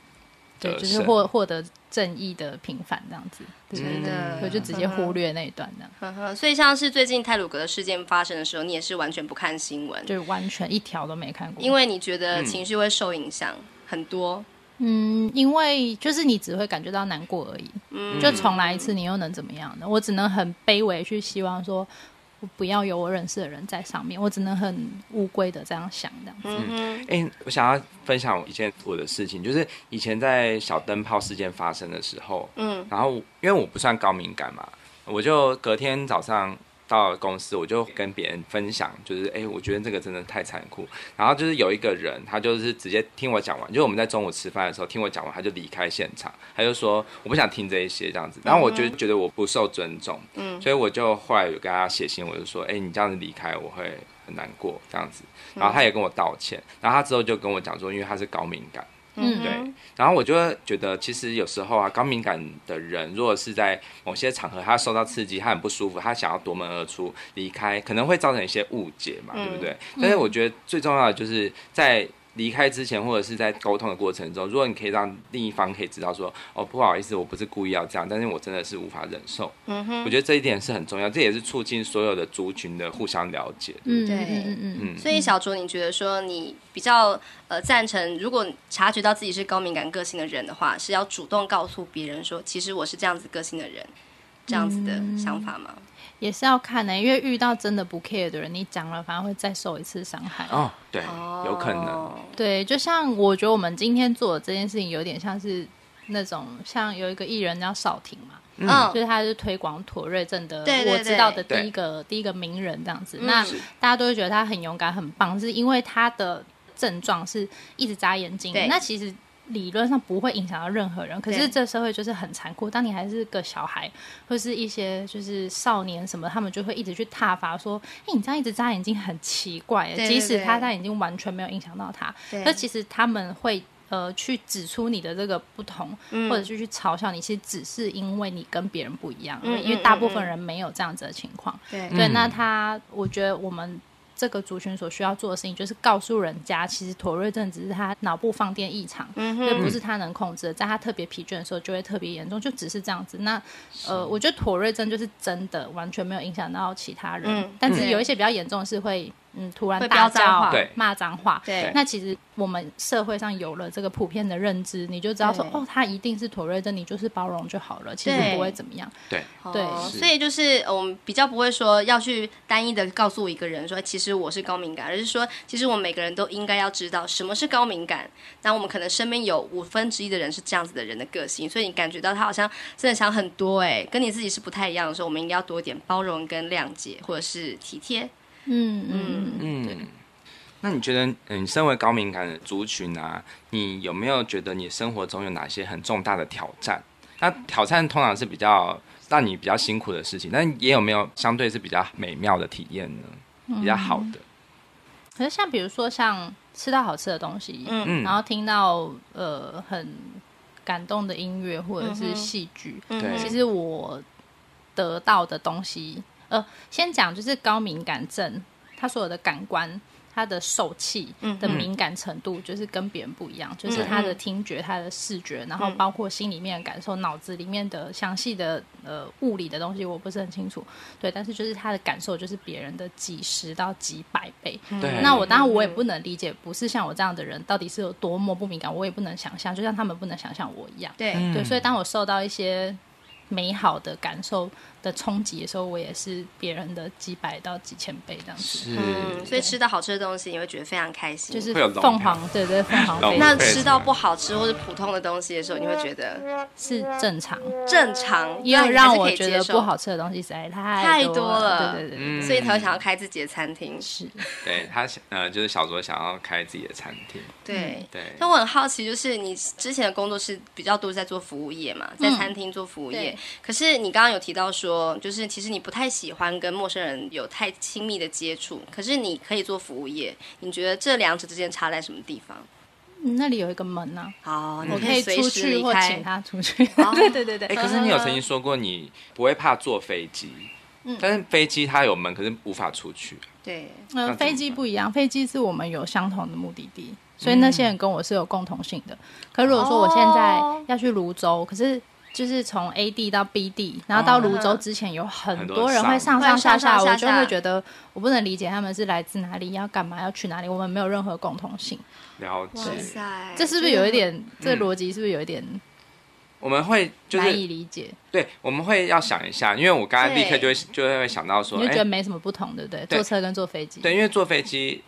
[SPEAKER 3] 对，
[SPEAKER 2] 得
[SPEAKER 3] 呃就是
[SPEAKER 2] 胜
[SPEAKER 3] 获获得正义的平反这样子。
[SPEAKER 2] 嗯
[SPEAKER 3] 对
[SPEAKER 1] 真的，
[SPEAKER 3] 我就直接忽略那一段的，
[SPEAKER 1] 呵呵。所以像是最近泰鲁格的事件发生的时候，你也是完全不看新闻，
[SPEAKER 3] 就完全一条都没看过。
[SPEAKER 1] 因为你觉得情绪会受影响、很多。
[SPEAKER 3] 嗯，因为就是你只会感觉到难过而已，
[SPEAKER 1] 嗯
[SPEAKER 3] 就重来一次，你又能怎么样呢？我只能很卑微去希望说，我不要有我认识的人在上面，我只能很乌龟的这样想这样子。
[SPEAKER 1] 嗯
[SPEAKER 2] 哎、我想要分享一件我的事情，就是以前在小灯泡事件发生的时候，嗯，然后因为我不算高敏感嘛，我就隔天早上到公司，我就跟别人分享，就是哎、我觉得这个真的太残酷。然后就是有一个人，他就是直接听我讲完，就是我们在中午吃饭的时候听我讲完，他就离开现场，他就说我不想听这一些这样子。然后我就觉得我不受尊重，嗯，所以我就后来有跟他写信，我就说，哎、你这样子离开，我会很难过这样子。然后他也跟我道歉，然后他之后就跟我讲说，因为他是高敏感，
[SPEAKER 3] 嗯
[SPEAKER 2] 对，然后我就会觉得，其实有时候啊，高敏感的人，如果是在某些场合他受到刺激，他很不舒服，他想要夺门而出离开，可能会造成一些误解嘛，对不对？但是我觉得最重要的就是在。离开之前，或者是在沟通的过程中，如果你可以让另一方可以知道说，哦，不好意思，我不是故意要这样，但是我真的是无法忍受。嗯哼，我觉得这一点是很重要，这也是促进所有的族群的互相了解。
[SPEAKER 3] 嗯，
[SPEAKER 1] 对
[SPEAKER 3] 嗯嗯嗯嗯，
[SPEAKER 1] 所以小卓，你觉得说你比较呃赞成，如果察觉到自己是高敏感个性的人的话，是要主动告诉别人说，其实我是这样子个性的人，这样子的想法吗？
[SPEAKER 3] 也是要看的、因为遇到真的不 care 的人，你讲了反而会再受一次伤害。
[SPEAKER 2] 哦，对，有可能。
[SPEAKER 1] 哦
[SPEAKER 3] 对，就像我觉得我们今天做的这件事情，有点像是那种像有一个艺人叫少婷嘛，
[SPEAKER 1] 嗯，
[SPEAKER 3] 就是他是推广妥瑞症的，
[SPEAKER 1] 对对
[SPEAKER 3] 我知道的
[SPEAKER 2] 对
[SPEAKER 3] 第一个第一个名人这样子。
[SPEAKER 1] 嗯
[SPEAKER 3] 那
[SPEAKER 1] 是
[SPEAKER 3] 大家都会觉得他很勇敢、很棒，是因为他的症状是一直眨眼睛
[SPEAKER 1] 对。
[SPEAKER 3] 那其实理论上不会影响到任何人，可
[SPEAKER 1] 对
[SPEAKER 3] 是这社会就是很残酷。当你还是个小孩，或是一些就是少年什么，他们就会一直去挞伐说：“哎、你这样一直眨眼睛很奇怪。
[SPEAKER 1] 对对
[SPEAKER 3] 即使
[SPEAKER 1] 对
[SPEAKER 3] 他但已经完全没有影响到他，
[SPEAKER 1] 对
[SPEAKER 3] 那其实他们会呃去指出你的这个不同，
[SPEAKER 1] 嗯
[SPEAKER 3] 或者是去嘲笑你，其实只是因为你跟别人不一样而已，
[SPEAKER 1] 嗯
[SPEAKER 3] 因为
[SPEAKER 1] 嗯
[SPEAKER 3] 大
[SPEAKER 1] 嗯
[SPEAKER 3] 部分
[SPEAKER 1] 嗯
[SPEAKER 3] 人没有这样子的情况。
[SPEAKER 1] 对
[SPEAKER 3] 对，那他我觉得我们。这个族群所需要做的事情，就是告诉人家，其实妥瑞症只是他脑部放电异常，
[SPEAKER 1] 嗯
[SPEAKER 3] 这不是他能控制的，在他特别疲倦的时候就会特别严重，就只是这样子。那呃，我觉得妥瑞症就是真的完全没有影响到其他人，
[SPEAKER 1] 嗯
[SPEAKER 3] 但是
[SPEAKER 1] 嗯
[SPEAKER 3] 有一些比较严重的是会嗯突然
[SPEAKER 1] 会飙
[SPEAKER 3] 大
[SPEAKER 1] 脏话
[SPEAKER 3] 叫
[SPEAKER 2] 对、
[SPEAKER 3] 骂脏话，
[SPEAKER 1] 对
[SPEAKER 3] 那其实我们社会上有了这个普遍的认知，你就知道说，
[SPEAKER 1] 对
[SPEAKER 3] 哦，他一定是妥瑞症，你就是包容就好了，其实
[SPEAKER 1] 对
[SPEAKER 3] 不会怎么样。
[SPEAKER 2] 对，
[SPEAKER 3] 对嗯
[SPEAKER 1] 哦
[SPEAKER 2] 是
[SPEAKER 1] 所以就是呃我们比较不会说要去单一的告诉一个人说，其实我是高敏感，而是说，其实我们每个人都应该要知道什么是高敏感。那我们可能身边有五分之一的人是这样子的人的个性，所以你感觉到他好像真的想很多、哎，跟你自己是不太一样的时候，我们应该要多一点包容跟谅解，或者是体贴。
[SPEAKER 3] 嗯嗯嗯，
[SPEAKER 2] 嗯，那你觉得，嗯，身为高敏感的族群啊，你有没有觉得你生活中有哪些很重大的挑战？那挑战通常是比较让你比较辛苦的事情，但也有没有相对是比较美妙的体验呢？
[SPEAKER 1] 嗯
[SPEAKER 2] 比较好的，
[SPEAKER 3] 可是像比如说像吃到好吃的东西，
[SPEAKER 1] 嗯
[SPEAKER 2] 嗯
[SPEAKER 3] 然后听到呃很感动的音乐或者
[SPEAKER 1] 嗯
[SPEAKER 3] 是
[SPEAKER 1] 哼
[SPEAKER 3] 戏剧，
[SPEAKER 2] 对
[SPEAKER 3] 其实我得到的东西，呃，先讲就是高敏感症，它所有的感官。它的受气的敏感程度就是跟别人不一样，就是它的听觉、它的视觉，然后包括心里面的感受、脑子里面的详细的呃物理的东西，我不是很清楚。对，但是就是他的感受就是别人的几十到几百倍。
[SPEAKER 2] 对。
[SPEAKER 3] 那我当然我也不能理解，不是像我这样的人到底是有多么不敏感，我也不能想象，就像他们不能想象我一样。
[SPEAKER 1] 对，
[SPEAKER 2] 嗯
[SPEAKER 3] 对，所以当我受到一些美好的感受的冲击的时候，我也是别人的几百到几千倍这样子，
[SPEAKER 2] 是，
[SPEAKER 1] 嗯，所以吃到好吃的东西，你会觉得非常开心。
[SPEAKER 3] 就是
[SPEAKER 2] 会有龙
[SPEAKER 3] 凤
[SPEAKER 2] 条
[SPEAKER 3] 凰，对对，凤凰
[SPEAKER 2] 龙
[SPEAKER 3] 飞
[SPEAKER 1] 那吃到不好吃或者普通的东西的时候，你会觉得
[SPEAKER 3] 是正常，
[SPEAKER 1] 正常，
[SPEAKER 3] 也有
[SPEAKER 1] 但
[SPEAKER 3] 让
[SPEAKER 1] 你
[SPEAKER 3] 我
[SPEAKER 1] 还是可以
[SPEAKER 3] 觉得
[SPEAKER 1] 接受
[SPEAKER 3] 不。好吃的东西实在
[SPEAKER 1] 太
[SPEAKER 3] 太
[SPEAKER 1] 多了
[SPEAKER 3] 了，对对对对，
[SPEAKER 2] 嗯
[SPEAKER 1] 所以才会想要开自己的餐厅。
[SPEAKER 3] 是
[SPEAKER 2] 对他想呃，就是小时候想要开自己的餐厅，
[SPEAKER 1] 对，
[SPEAKER 2] 对，
[SPEAKER 1] 但我很好奇，就是你之前的工作是比较多在做服务业嘛，在餐厅做服务业。
[SPEAKER 3] 嗯对
[SPEAKER 1] 可是你刚刚有提到说，就是其实你不太喜欢跟陌生人有太亲密的接触，可是你可以做服务业，你觉得这两者之间差在什么地方？
[SPEAKER 3] 嗯那里有一个门呢、
[SPEAKER 1] 哦，
[SPEAKER 2] 嗯
[SPEAKER 1] 你
[SPEAKER 3] 我
[SPEAKER 1] 可
[SPEAKER 3] 以
[SPEAKER 1] 随
[SPEAKER 3] 出
[SPEAKER 1] 时
[SPEAKER 3] 去
[SPEAKER 1] 离
[SPEAKER 3] 或请
[SPEAKER 1] 开。
[SPEAKER 3] 他出去。
[SPEAKER 1] 哦
[SPEAKER 3] [LAUGHS] 对对对对，
[SPEAKER 2] 哎、可是你有曾经说过你不会怕坐飞机，
[SPEAKER 1] 嗯
[SPEAKER 2] 但是飞机它有门，可是无法出去。
[SPEAKER 1] 对，
[SPEAKER 2] 那
[SPEAKER 3] 呃，
[SPEAKER 2] 怎么
[SPEAKER 3] 飞机不一样，飞机是我们有相同的目的地，所以那些人跟我是有共同性的。可如果说我现在
[SPEAKER 1] 哦
[SPEAKER 3] 要去泸州，可是。就是从 A 地到 B 地，然后到泸州
[SPEAKER 2] 哦
[SPEAKER 1] 嗯
[SPEAKER 3] 之前，有很
[SPEAKER 2] 很多
[SPEAKER 3] 多人会上
[SPEAKER 1] 上
[SPEAKER 3] 上下下，
[SPEAKER 1] 会上上下下
[SPEAKER 3] 我就会觉得我不能理解他们是来自哪里，要干嘛，要去哪里，我们没有任何共同性。
[SPEAKER 2] 了
[SPEAKER 1] 哇
[SPEAKER 2] 解，
[SPEAKER 1] 塞，
[SPEAKER 3] 这是不是有一点？这逻辑是不是有一点
[SPEAKER 2] 我们会嗯就
[SPEAKER 3] 难以
[SPEAKER 2] 是
[SPEAKER 3] 理解？
[SPEAKER 2] 对，我们会要想一下，因为我刚才立刻就
[SPEAKER 1] 对
[SPEAKER 2] 会就会想到说，
[SPEAKER 3] 你就
[SPEAKER 2] 哎、
[SPEAKER 3] 觉得没什么不同，对不对？
[SPEAKER 2] 对
[SPEAKER 3] 坐车跟坐飞机，
[SPEAKER 2] 对，因为坐飞机，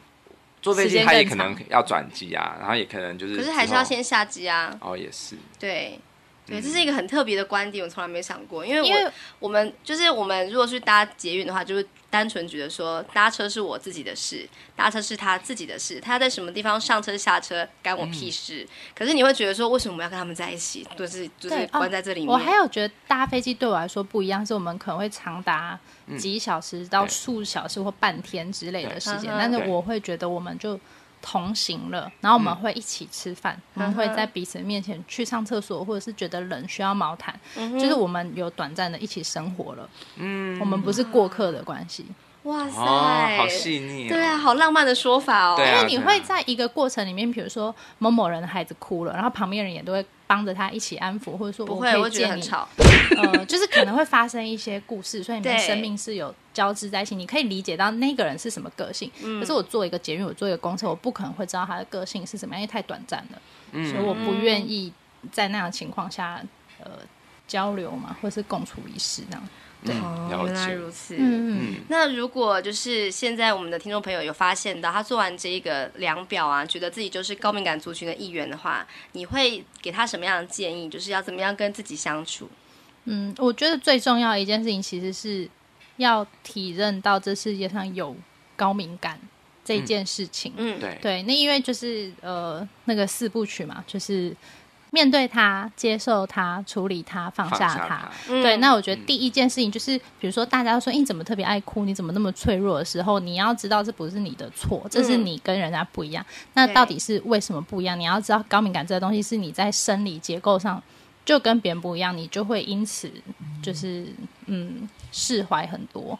[SPEAKER 2] 坐飞
[SPEAKER 3] 时
[SPEAKER 2] 机
[SPEAKER 3] 间
[SPEAKER 2] 它也
[SPEAKER 3] 更
[SPEAKER 2] 可能要转机啊，然后也可能就是，
[SPEAKER 1] 可是还是要。先下机啊。
[SPEAKER 2] 哦，也是，
[SPEAKER 1] 对，对，
[SPEAKER 2] 嗯
[SPEAKER 1] 这是一个很特别的观点，我从来没想过。因为我
[SPEAKER 3] 因为
[SPEAKER 1] 我们就是我们如果去搭捷运的话，就是单纯觉得说搭车是我自己的事，搭车是他自己的事，他在什么地方上车下车干我屁事。可是你会觉得说，为什么我要跟他们在一起？就是就是
[SPEAKER 3] 嗯对啊
[SPEAKER 1] 关在这里面。
[SPEAKER 3] 我还有觉得搭飞机对我来说不一样，是我们可能会长达几小时到
[SPEAKER 2] 对
[SPEAKER 3] 数小时或半天之类的时间
[SPEAKER 1] 嗯，哼
[SPEAKER 3] 但是
[SPEAKER 2] 对
[SPEAKER 3] 我会觉得我们就同行了，
[SPEAKER 1] 嗯
[SPEAKER 3] 然后我们会一起吃饭，我们会在彼此面前去上厕所，或者是觉得冷需要毛毯，
[SPEAKER 1] 嗯
[SPEAKER 3] 就是我们有嗯短暂的一起生活了，嗯，我们不是过客的关系，
[SPEAKER 1] 哇塞，
[SPEAKER 2] 哦，好细腻、哦，
[SPEAKER 1] 对啊，，好浪漫的说法哦。
[SPEAKER 2] 对
[SPEAKER 3] 因
[SPEAKER 2] 啊
[SPEAKER 3] 为你会在一个过程里面，比如说某某人的孩子哭了，然后旁边人也都会帮着他一起安抚，或者说
[SPEAKER 1] 不
[SPEAKER 3] 我
[SPEAKER 1] 会，
[SPEAKER 3] 可
[SPEAKER 1] 我
[SPEAKER 3] 以
[SPEAKER 1] 觉得
[SPEAKER 3] 借
[SPEAKER 1] 很
[SPEAKER 3] 你
[SPEAKER 1] 吵。
[SPEAKER 3] 呃，就是可能会发生一些故事，所以你们
[SPEAKER 1] 对
[SPEAKER 3] 生命是有交织在一起，你可以理解到那个人是什么个性。
[SPEAKER 1] 嗯
[SPEAKER 3] 可是我做一个捷运，我做一个公车，我不可能会知道他的个性是什么样，因为太短暂了，
[SPEAKER 2] 嗯
[SPEAKER 3] 所以我不愿意在那样的情况下呃交流嘛，或是共处一室这样。
[SPEAKER 2] 对，
[SPEAKER 1] 哦，
[SPEAKER 2] 了
[SPEAKER 1] 原来
[SPEAKER 2] 解，
[SPEAKER 1] 如此。
[SPEAKER 3] 嗯
[SPEAKER 2] 嗯，
[SPEAKER 1] 那如果就是现在我们的听众朋友有发现到他做完这一个量表啊，觉得自己就是高敏感族群的一员的话，你会给他什么样的建议？就是要怎么样跟自己相处？
[SPEAKER 3] 嗯，我觉得最重要的一件事情其实是要体认到这世界上有高敏感这件事情。
[SPEAKER 1] 嗯，
[SPEAKER 2] 对，
[SPEAKER 3] 对，那因为就是呃那个四部曲嘛，就是面对它、接受它、处理它、放
[SPEAKER 2] 放
[SPEAKER 3] 下
[SPEAKER 2] 下
[SPEAKER 3] 它
[SPEAKER 2] 它。，
[SPEAKER 1] 嗯
[SPEAKER 3] 对，那我觉得第一件事情就是，比如说大家都说、诶你怎么特别爱哭，你怎么那么脆弱的时候，你要知道这不是你的错，这是
[SPEAKER 1] 嗯
[SPEAKER 3] 你跟人家不一样。那
[SPEAKER 1] 对
[SPEAKER 3] 到底是为什么不一样？你要知道高敏感这个东西是你在生理结构上就跟别人不一样，你就会因此就是嗯释怀很多。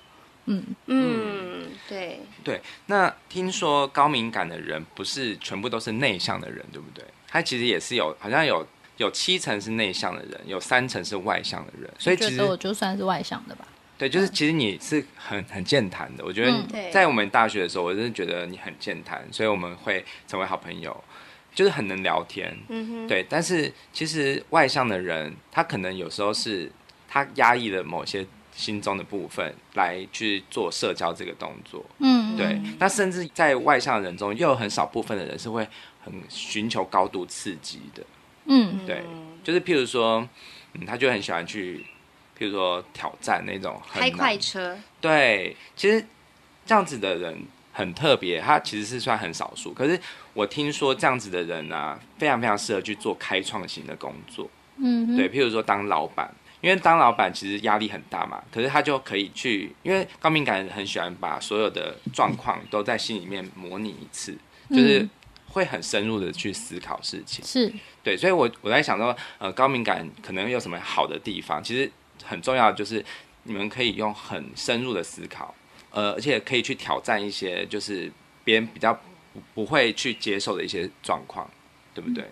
[SPEAKER 1] 嗯，对，
[SPEAKER 2] 对，那听说高敏感的人不是全部都是内向的人，对不对？他其实也是有，好像有有七成是内向的人，有三成是外向的人，所以其
[SPEAKER 3] 觉得我
[SPEAKER 2] 实
[SPEAKER 3] 就算是外向的吧。
[SPEAKER 2] 对，
[SPEAKER 1] 嗯
[SPEAKER 2] 就是其实你是很很健谈的。我觉
[SPEAKER 3] 嗯
[SPEAKER 2] 得
[SPEAKER 1] 对
[SPEAKER 2] 在我们大学的时候，我真的觉得你很健谈，所以我们会成为好朋友，就是很能聊天。
[SPEAKER 1] 嗯哼，
[SPEAKER 2] 对，但是其实外向的人，他可能有时候是他压抑了某些心中的部分来去做社交这个动作。
[SPEAKER 3] 嗯，
[SPEAKER 2] 对，那甚至在外向的人中，又有很少部分的人是会很寻求高度刺激的，
[SPEAKER 3] 嗯，
[SPEAKER 2] 对
[SPEAKER 1] 嗯
[SPEAKER 2] 就是譬如说，嗯，他就很喜欢去，譬如说挑战那种很
[SPEAKER 1] 开
[SPEAKER 2] 难
[SPEAKER 1] 快车，
[SPEAKER 2] 对，其实这样子的人很特别，他其实是算很少数。可是我听说这样子的人啊，非常非常适合去做开创型的工作，
[SPEAKER 3] 嗯哼，
[SPEAKER 2] 对，譬如说当老板。因为当老板其实压力很大嘛，可是他就可以去，因为高敏感人很喜欢把所有的状况都在心里面模拟一次，就是
[SPEAKER 3] 嗯
[SPEAKER 2] 会很深入的去思考事情。
[SPEAKER 3] 是，
[SPEAKER 2] 对，所以我我在想说，呃，高敏感可能有什么好的地方？其实很重要的就是你们可以用很深入的思考，呃，而且可以去挑战一些就是别人比较不不会去接受的一些状况，对不对？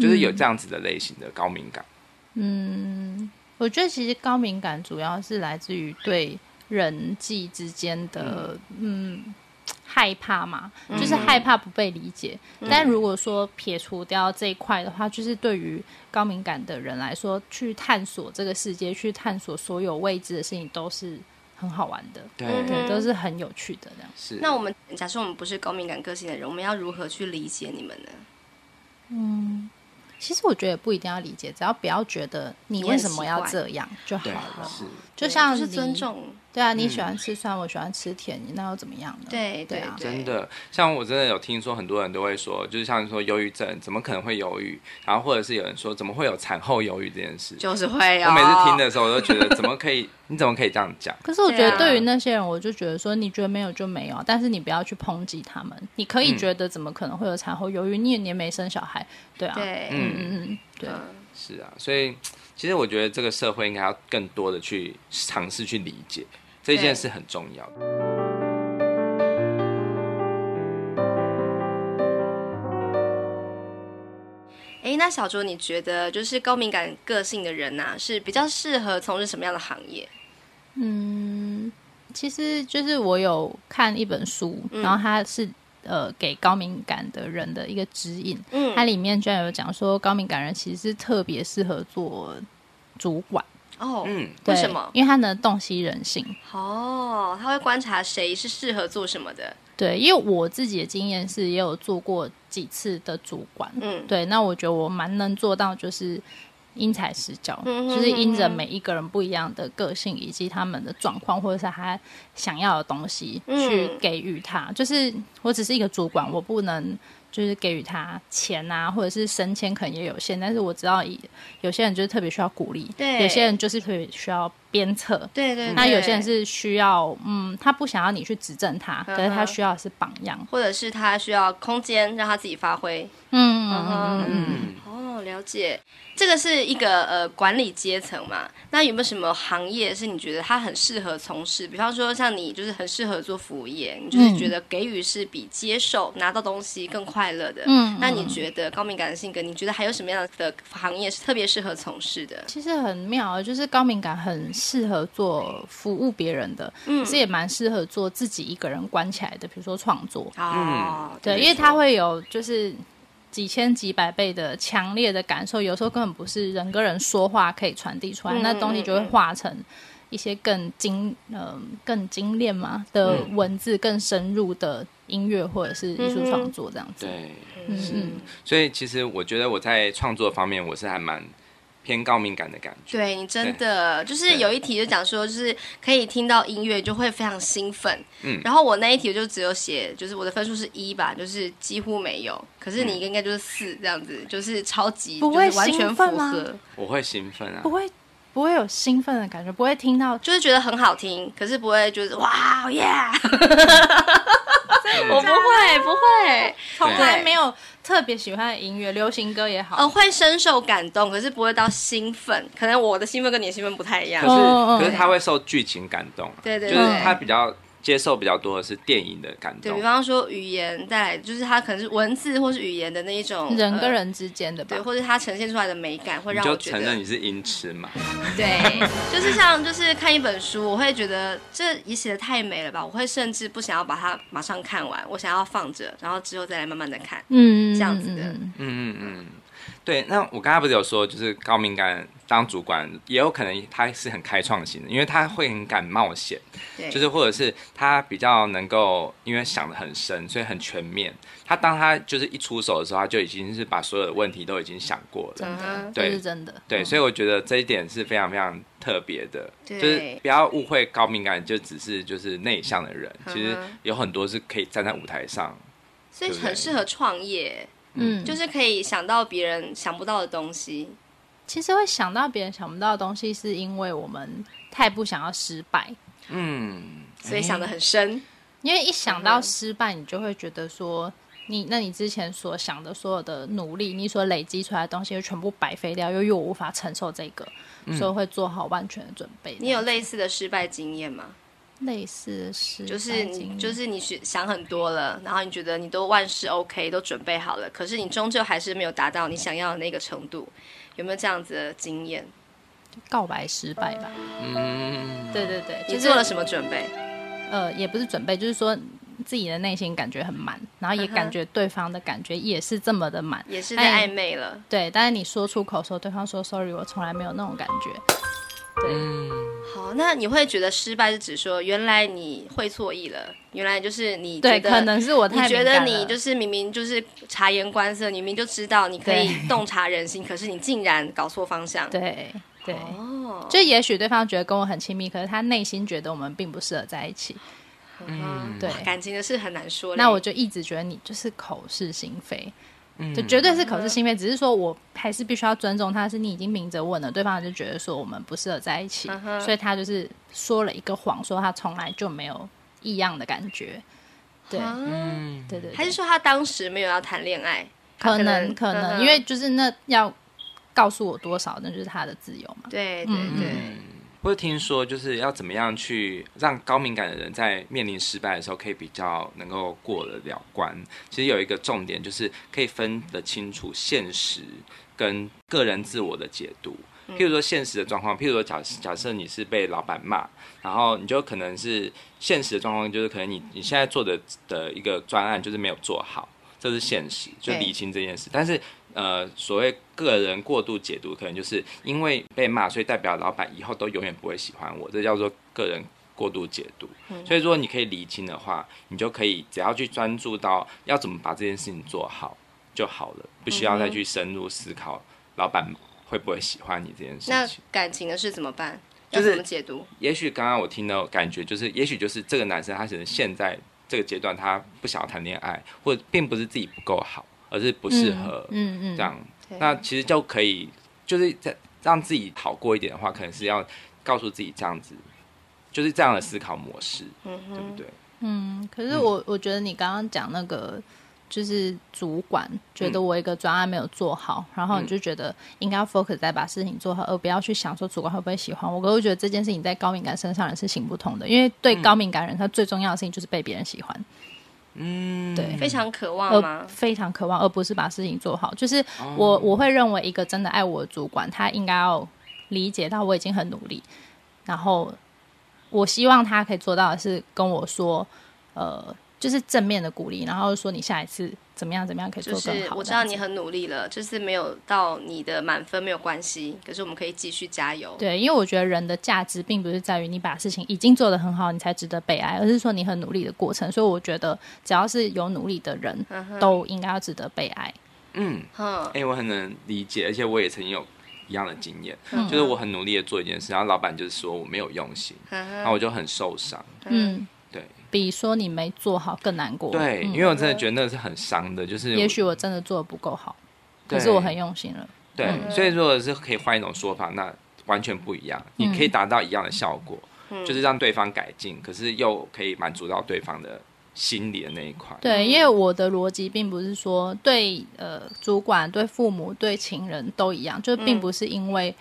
[SPEAKER 2] 就是
[SPEAKER 1] 嗯
[SPEAKER 2] 有这样子的类型的高敏感，
[SPEAKER 3] 嗯，我觉得其实高敏感主要是来自于对人际之间的嗯害怕嘛，就是害怕不被理解。但如果说撇除掉这一块的话，就是对于高敏感的人来说，去探索这个世界，去探索所有未知的事情，都是很好玩的，
[SPEAKER 2] 对，
[SPEAKER 1] 嗯哼
[SPEAKER 3] 对，都是很有趣的这样。
[SPEAKER 2] 是。
[SPEAKER 1] 那我们假设我们不是高敏感个性的人，我们要如何去理解你们呢？嗯
[SPEAKER 3] 其实我觉得也不一定要理解，只要不要觉得你为什么要这样就好
[SPEAKER 2] 对
[SPEAKER 3] 了。
[SPEAKER 2] 是，
[SPEAKER 3] 就像
[SPEAKER 1] 对
[SPEAKER 3] 你
[SPEAKER 1] 是尊，重，
[SPEAKER 3] 对啊，你喜欢吃酸，我喜欢吃甜，那又怎么样呢？
[SPEAKER 1] 对对
[SPEAKER 3] 对啊，
[SPEAKER 2] 真的，像我真的有听说，很多人都会说，就是像说忧郁症，怎么可能会忧郁？然后或者是有人说，怎么会有产后忧郁这件事？
[SPEAKER 1] 就是会
[SPEAKER 2] 我
[SPEAKER 1] 哦。
[SPEAKER 2] 每次听的时候，我都觉得怎么
[SPEAKER 1] [LAUGHS]
[SPEAKER 2] 可以？你怎么可以这样讲？
[SPEAKER 3] 可是我觉
[SPEAKER 1] 对
[SPEAKER 3] 得
[SPEAKER 1] 啊
[SPEAKER 3] 对于那些人，我就觉得说，你觉得没有就没有，啊但是你不要去抨击他们。你可以
[SPEAKER 2] 嗯
[SPEAKER 3] 觉得怎么可能会有产后忧郁？你也你也没生小孩，对啊，
[SPEAKER 1] 哦对，
[SPEAKER 2] 嗯
[SPEAKER 3] 嗯嗯，对，
[SPEAKER 1] 嗯
[SPEAKER 2] 是啊，所以其实我觉得这个社会应该要更多的去尝试去理解这件事很重要的。
[SPEAKER 1] 哎，那小卓，你觉得就是高敏感个性的人呐、是比较适合从事什么样的行业？
[SPEAKER 3] 嗯，其实就是我有看一本书，
[SPEAKER 1] 嗯
[SPEAKER 3] 然后它是呃给高敏感的人的一个指引，
[SPEAKER 1] 嗯
[SPEAKER 3] 它里面居然有讲说，高敏感人其实是特别适合做主管，
[SPEAKER 1] 哦，
[SPEAKER 2] 嗯，
[SPEAKER 1] 为
[SPEAKER 3] 对
[SPEAKER 1] 什么？
[SPEAKER 3] 因为他能洞悉人性。
[SPEAKER 1] 哦，他会观察谁是适合做什么的。
[SPEAKER 3] 对，因为我自己的经验是，也有做过几次的主管，
[SPEAKER 1] 嗯，
[SPEAKER 3] 对，那我觉得我蛮能做到，就是因材施教，
[SPEAKER 1] 嗯哼
[SPEAKER 3] 就是因着
[SPEAKER 1] 嗯哼
[SPEAKER 3] 每一个人不一样的个性以及他们的状况，或者是他想要的东西，
[SPEAKER 1] 嗯
[SPEAKER 3] 去给予他。就是我只是一个主管，我不能就是给予他钱啊，或者是升迁可能也有限，但是我知道以有些人就是特别需要鼓励，
[SPEAKER 1] 对
[SPEAKER 3] 有些人就是特别需要鞭策。
[SPEAKER 1] 对对
[SPEAKER 3] 那
[SPEAKER 1] 对
[SPEAKER 3] 有些人，是需要，嗯，他不想要你去指正他，可是他
[SPEAKER 1] 嗯哼
[SPEAKER 3] 需要的是榜样。
[SPEAKER 1] 或者是他需要空间让他自己发挥。
[SPEAKER 3] 嗯
[SPEAKER 1] 嗯
[SPEAKER 3] 嗯
[SPEAKER 1] 哼
[SPEAKER 3] 嗯嗯嗯。
[SPEAKER 1] 哦，了解，这个是一个呃管理阶层嘛。那有没有什么行业是你觉得他很适合从事？比方说像你就是很适合做服务业，你就是
[SPEAKER 3] 嗯
[SPEAKER 1] 觉得给予是比接受拿到东西更快乐的。
[SPEAKER 3] 嗯
[SPEAKER 1] 那你
[SPEAKER 3] 嗯
[SPEAKER 1] 觉得高敏感的性格，你觉得还有什么样的行业是特别适合从事的？
[SPEAKER 3] 其实很妙，就是高敏感很适合做服务别人的，
[SPEAKER 1] 嗯
[SPEAKER 3] 可是也蛮适合做自己一个人关起来的，比如说创作。
[SPEAKER 1] 哦，
[SPEAKER 3] 对，
[SPEAKER 2] 没
[SPEAKER 3] 因为
[SPEAKER 2] 错
[SPEAKER 3] 他会有就是几千几百倍的强烈的感受，有时候根本不是人跟人说话可以传递出来，
[SPEAKER 1] 嗯
[SPEAKER 3] 那东西就会化成一些更精呃更精炼嘛的
[SPEAKER 1] 嗯
[SPEAKER 3] 文字，更深入的音乐或者是艺术创作这样子。
[SPEAKER 2] 对。
[SPEAKER 3] 嗯嗯，
[SPEAKER 2] 所以其实我觉得我在创作方面，我是还蛮偏高敏感的感觉。
[SPEAKER 1] 对你真的就是
[SPEAKER 2] 对
[SPEAKER 1] 有一题就讲说，就是可以听到音乐就会非常兴奋。
[SPEAKER 2] 嗯
[SPEAKER 1] 然后我那一题我就只有写，就是我的分数是一吧，就是几乎没有。可是你应该就是四这样子，就是超级
[SPEAKER 3] 不会
[SPEAKER 1] 就是完全
[SPEAKER 3] 兴
[SPEAKER 1] 符
[SPEAKER 3] 奋吗
[SPEAKER 1] 合，
[SPEAKER 2] 我会兴奋啊
[SPEAKER 3] 不，会不会有兴奋的感觉，不会听到
[SPEAKER 1] 就是觉得很好听，可是不会就是哇哦耶
[SPEAKER 2] 嗯
[SPEAKER 1] 我不会不会，
[SPEAKER 3] 从来
[SPEAKER 1] 对
[SPEAKER 3] 没有特别喜欢的音乐，流行歌也好，
[SPEAKER 1] 呃，会深受感动，可是不会到兴奋。可能我的兴奋跟你的兴奋不太一样
[SPEAKER 2] 可。是
[SPEAKER 3] 哦哦
[SPEAKER 2] 可是他会受剧情感动啊，
[SPEAKER 1] 对对
[SPEAKER 2] 就是
[SPEAKER 1] 对
[SPEAKER 2] 他比较接受比较多的是电影的感
[SPEAKER 1] 对
[SPEAKER 2] 动
[SPEAKER 1] 比。方说语言带来，就是它可能是文字或是语言的那一种
[SPEAKER 3] 人
[SPEAKER 1] 呃
[SPEAKER 3] 跟人之间的吧
[SPEAKER 1] 对，。或者它呈现出来的美感，会
[SPEAKER 2] 你
[SPEAKER 1] 让
[SPEAKER 2] 就
[SPEAKER 1] 我觉
[SPEAKER 2] 承
[SPEAKER 1] 得
[SPEAKER 2] 认你是音痴嘛？
[SPEAKER 1] 对，就是像就是看一本书，我会觉得这也写的太美了吧，我会甚至不想要把它马上看完，我想要放着，然后之后再来慢慢的看。
[SPEAKER 3] 嗯
[SPEAKER 1] 这样子的
[SPEAKER 3] 嗯
[SPEAKER 2] 嗯嗯嗯，对。那我刚才不是有说，就是高敏感当主管，也有可能他是很开创型的，因为他会很敢冒险。
[SPEAKER 1] 对，
[SPEAKER 2] 就是或者是他比较能够，因为想的很深，所以很全面。他当他就是一出手的时候，他就已经是把所有的问题都已经想过了。
[SPEAKER 1] 嗯哼
[SPEAKER 3] 这
[SPEAKER 2] 对
[SPEAKER 3] 是真的。嗯
[SPEAKER 2] 对，所以我觉得这一点是非常非常特别的，
[SPEAKER 1] 对
[SPEAKER 2] 就是不要误会高敏感就只是就是内向的人，其实
[SPEAKER 1] 嗯哼
[SPEAKER 2] 有很多是可以站在舞台上。
[SPEAKER 1] 所以
[SPEAKER 2] 对不
[SPEAKER 1] 很
[SPEAKER 2] 对
[SPEAKER 1] 适合创业，
[SPEAKER 3] 嗯，
[SPEAKER 1] 就
[SPEAKER 3] 就是
[SPEAKER 1] 是可以想到别人想不到的东西。
[SPEAKER 3] 其实会想到别人想不到的东西，是因为我们太不想要失败。
[SPEAKER 2] 嗯，
[SPEAKER 1] 所以想的很深，
[SPEAKER 3] 因为一想
[SPEAKER 1] 嗯
[SPEAKER 3] 到失败，你就会觉得说，你那你之前所想的所有的努力，你所累积出来的东西，又全部白费掉，又又无法承受这个，所以会做好万全的准备。
[SPEAKER 1] 嗯你有类似的失败经验吗？
[SPEAKER 3] 类似的失败
[SPEAKER 1] 就是
[SPEAKER 3] 经
[SPEAKER 1] 你
[SPEAKER 3] 历
[SPEAKER 1] 就是你学想很多了，然后你觉得你都万事 OK，都准备好了，可是你终究还是没有达到你想要的那个程度，有没有这样子的经验？
[SPEAKER 3] 告白失败吧？
[SPEAKER 2] 嗯，
[SPEAKER 3] 对对对，
[SPEAKER 1] 你
[SPEAKER 3] 就是
[SPEAKER 1] 做了什么准备？
[SPEAKER 3] 呃，也不是准备，就是说自己的内心感觉很满，然后也
[SPEAKER 1] 嗯哼
[SPEAKER 3] 感觉对方的感觉也是这么的满，
[SPEAKER 1] 也是在
[SPEAKER 3] 哎
[SPEAKER 1] 暧昧了。
[SPEAKER 3] 对。但是你说出口的时候，对方说 “sorry”，我从来没有那种感觉。
[SPEAKER 2] 嗯
[SPEAKER 1] 好，那你会觉得失败是指说，原来你会错意了，原来就是你
[SPEAKER 3] 对，
[SPEAKER 1] 觉
[SPEAKER 3] 可
[SPEAKER 1] 得
[SPEAKER 3] 能是我太
[SPEAKER 1] 你觉
[SPEAKER 3] 敏
[SPEAKER 1] 得
[SPEAKER 3] 感
[SPEAKER 1] 你
[SPEAKER 3] 了
[SPEAKER 1] 就是明明就是察言观色，你明明就知道你可以洞察人心，可是你竟然搞错方向。
[SPEAKER 3] 对对，
[SPEAKER 1] 哦，
[SPEAKER 3] 就也许对方觉得跟我很亲密，可是他内心觉得我们并不适合在一起。
[SPEAKER 1] 嗯，
[SPEAKER 3] 对
[SPEAKER 1] 哇感情的事很难说嘞。
[SPEAKER 3] 那我就一直觉得你就是口是心非，
[SPEAKER 2] 嗯
[SPEAKER 3] 就绝对是口
[SPEAKER 1] 嗯
[SPEAKER 3] 是心非。只是说我还是必须要尊重他，是你已经明着问了，对方就觉得说我们不适合在一起，
[SPEAKER 1] 嗯哼
[SPEAKER 3] 所以他就是说了一个谎，说他从来就没有异样的感觉。对、
[SPEAKER 1] 啊
[SPEAKER 3] 对对，对
[SPEAKER 1] 还是说他当时没有要谈恋爱？
[SPEAKER 3] 可能
[SPEAKER 1] 能
[SPEAKER 3] 可
[SPEAKER 1] 嗯
[SPEAKER 3] 能，
[SPEAKER 1] 哼
[SPEAKER 3] 因为就是那要告诉我多少，那就是他的自由嘛。
[SPEAKER 1] 对对
[SPEAKER 3] 嗯
[SPEAKER 1] 对，
[SPEAKER 2] 或者听说就是要怎么样去让高敏感的人在面临失败的时候可以比较能够过得了关。其实有一个重点就是可以分得清楚现实跟个人自我的解读。譬如说现实的状况，譬如说假假设你是被老板骂，然后你就可能是现实的状况就是可能你你现在做的的一个专案就是没有做好，这是现实，就
[SPEAKER 1] 对
[SPEAKER 2] 理清这件事。但是呃，所谓个人过度解读，可能就是因为被骂，所以代表老板以后都永远不会喜欢我，这叫做个人过度解读。所以如果你可以理清的话，你就可以只要去专注到要怎么把这件事情做好就好了，不需要再去深入思考老板会不会喜欢你这件事
[SPEAKER 1] 那
[SPEAKER 2] 情。
[SPEAKER 1] 感情的事怎么办？
[SPEAKER 2] 就
[SPEAKER 1] 要
[SPEAKER 2] 是
[SPEAKER 1] 怎么解读？
[SPEAKER 2] 也许刚刚我听到感觉就是，也许就是这个男生他可能现在这个阶段他不想要谈恋爱，或者并不是自己不够好，而是不适合
[SPEAKER 3] 嗯嗯，
[SPEAKER 2] 这样。
[SPEAKER 1] 对
[SPEAKER 2] 那其实就可以，就是在让自己好过一点的话，可能是要告诉自己这样子，就是这样的思考模式，
[SPEAKER 1] 嗯
[SPEAKER 2] 对不
[SPEAKER 1] 哼，
[SPEAKER 2] 对？
[SPEAKER 3] 嗯，可是我、我觉得你刚刚讲那个，就是主管觉得
[SPEAKER 2] 嗯
[SPEAKER 3] 我一个专案没有做好，然后你就觉得应该要 focus 在把事情做好，而不要去想说主管会不会喜欢我。可是我觉得这件事情在高敏感身上人是行不通的，因为对高敏感人，他最重要的事情就是被别人喜欢，
[SPEAKER 2] 嗯，
[SPEAKER 3] 对
[SPEAKER 1] 非常渴望
[SPEAKER 3] 而
[SPEAKER 1] 吗？
[SPEAKER 3] 非常渴望，而不是把事情做好。就是我、我会认为一个真的爱我的主管，他应该要理解到我已经很努力，然后我希望他可以做到的是跟我说，呃，就是正面的鼓励，然后说你下一次怎么样怎么样可以做
[SPEAKER 1] 就
[SPEAKER 3] 更好。
[SPEAKER 1] 是我知
[SPEAKER 3] 这样
[SPEAKER 1] 道
[SPEAKER 3] 子
[SPEAKER 1] 你很努力了，就是没有到你的满分没有关系，可是我们可以继续加油。
[SPEAKER 3] 对，因为我觉得人的价值并不是在于你把事情已经做得很好，你才值得被爱，而是说你很努力的过程。所以我觉得只要是有努力的人，都应该要值得被爱。
[SPEAKER 2] 嗯，
[SPEAKER 1] 嗯哼，
[SPEAKER 2] 哎、我很能理解，而且我也曾经有一样的经验，
[SPEAKER 3] 嗯
[SPEAKER 2] 就是我很努力的做一件事，然后老板就是说我没有用心，然后我就很受伤。
[SPEAKER 3] 嗯，
[SPEAKER 2] 对
[SPEAKER 3] 比说你没做好更难过。
[SPEAKER 2] 对，
[SPEAKER 3] 嗯
[SPEAKER 2] 因为我真的觉得那个是很伤的，就是
[SPEAKER 3] 也许我真的做的不够好，
[SPEAKER 2] 对
[SPEAKER 3] 可是我很用嗯心了。
[SPEAKER 2] 对，所以如果是可以换一种说法，那完全不一样，你
[SPEAKER 3] 嗯
[SPEAKER 2] 可以达到一样的效果，就是让对方改进，可是又可以满足到对方的心理的那一块。
[SPEAKER 3] 对，因为我的逻辑并不是说对呃主管、对父母、对情人都一样，就
[SPEAKER 2] 嗯
[SPEAKER 3] 并不是因为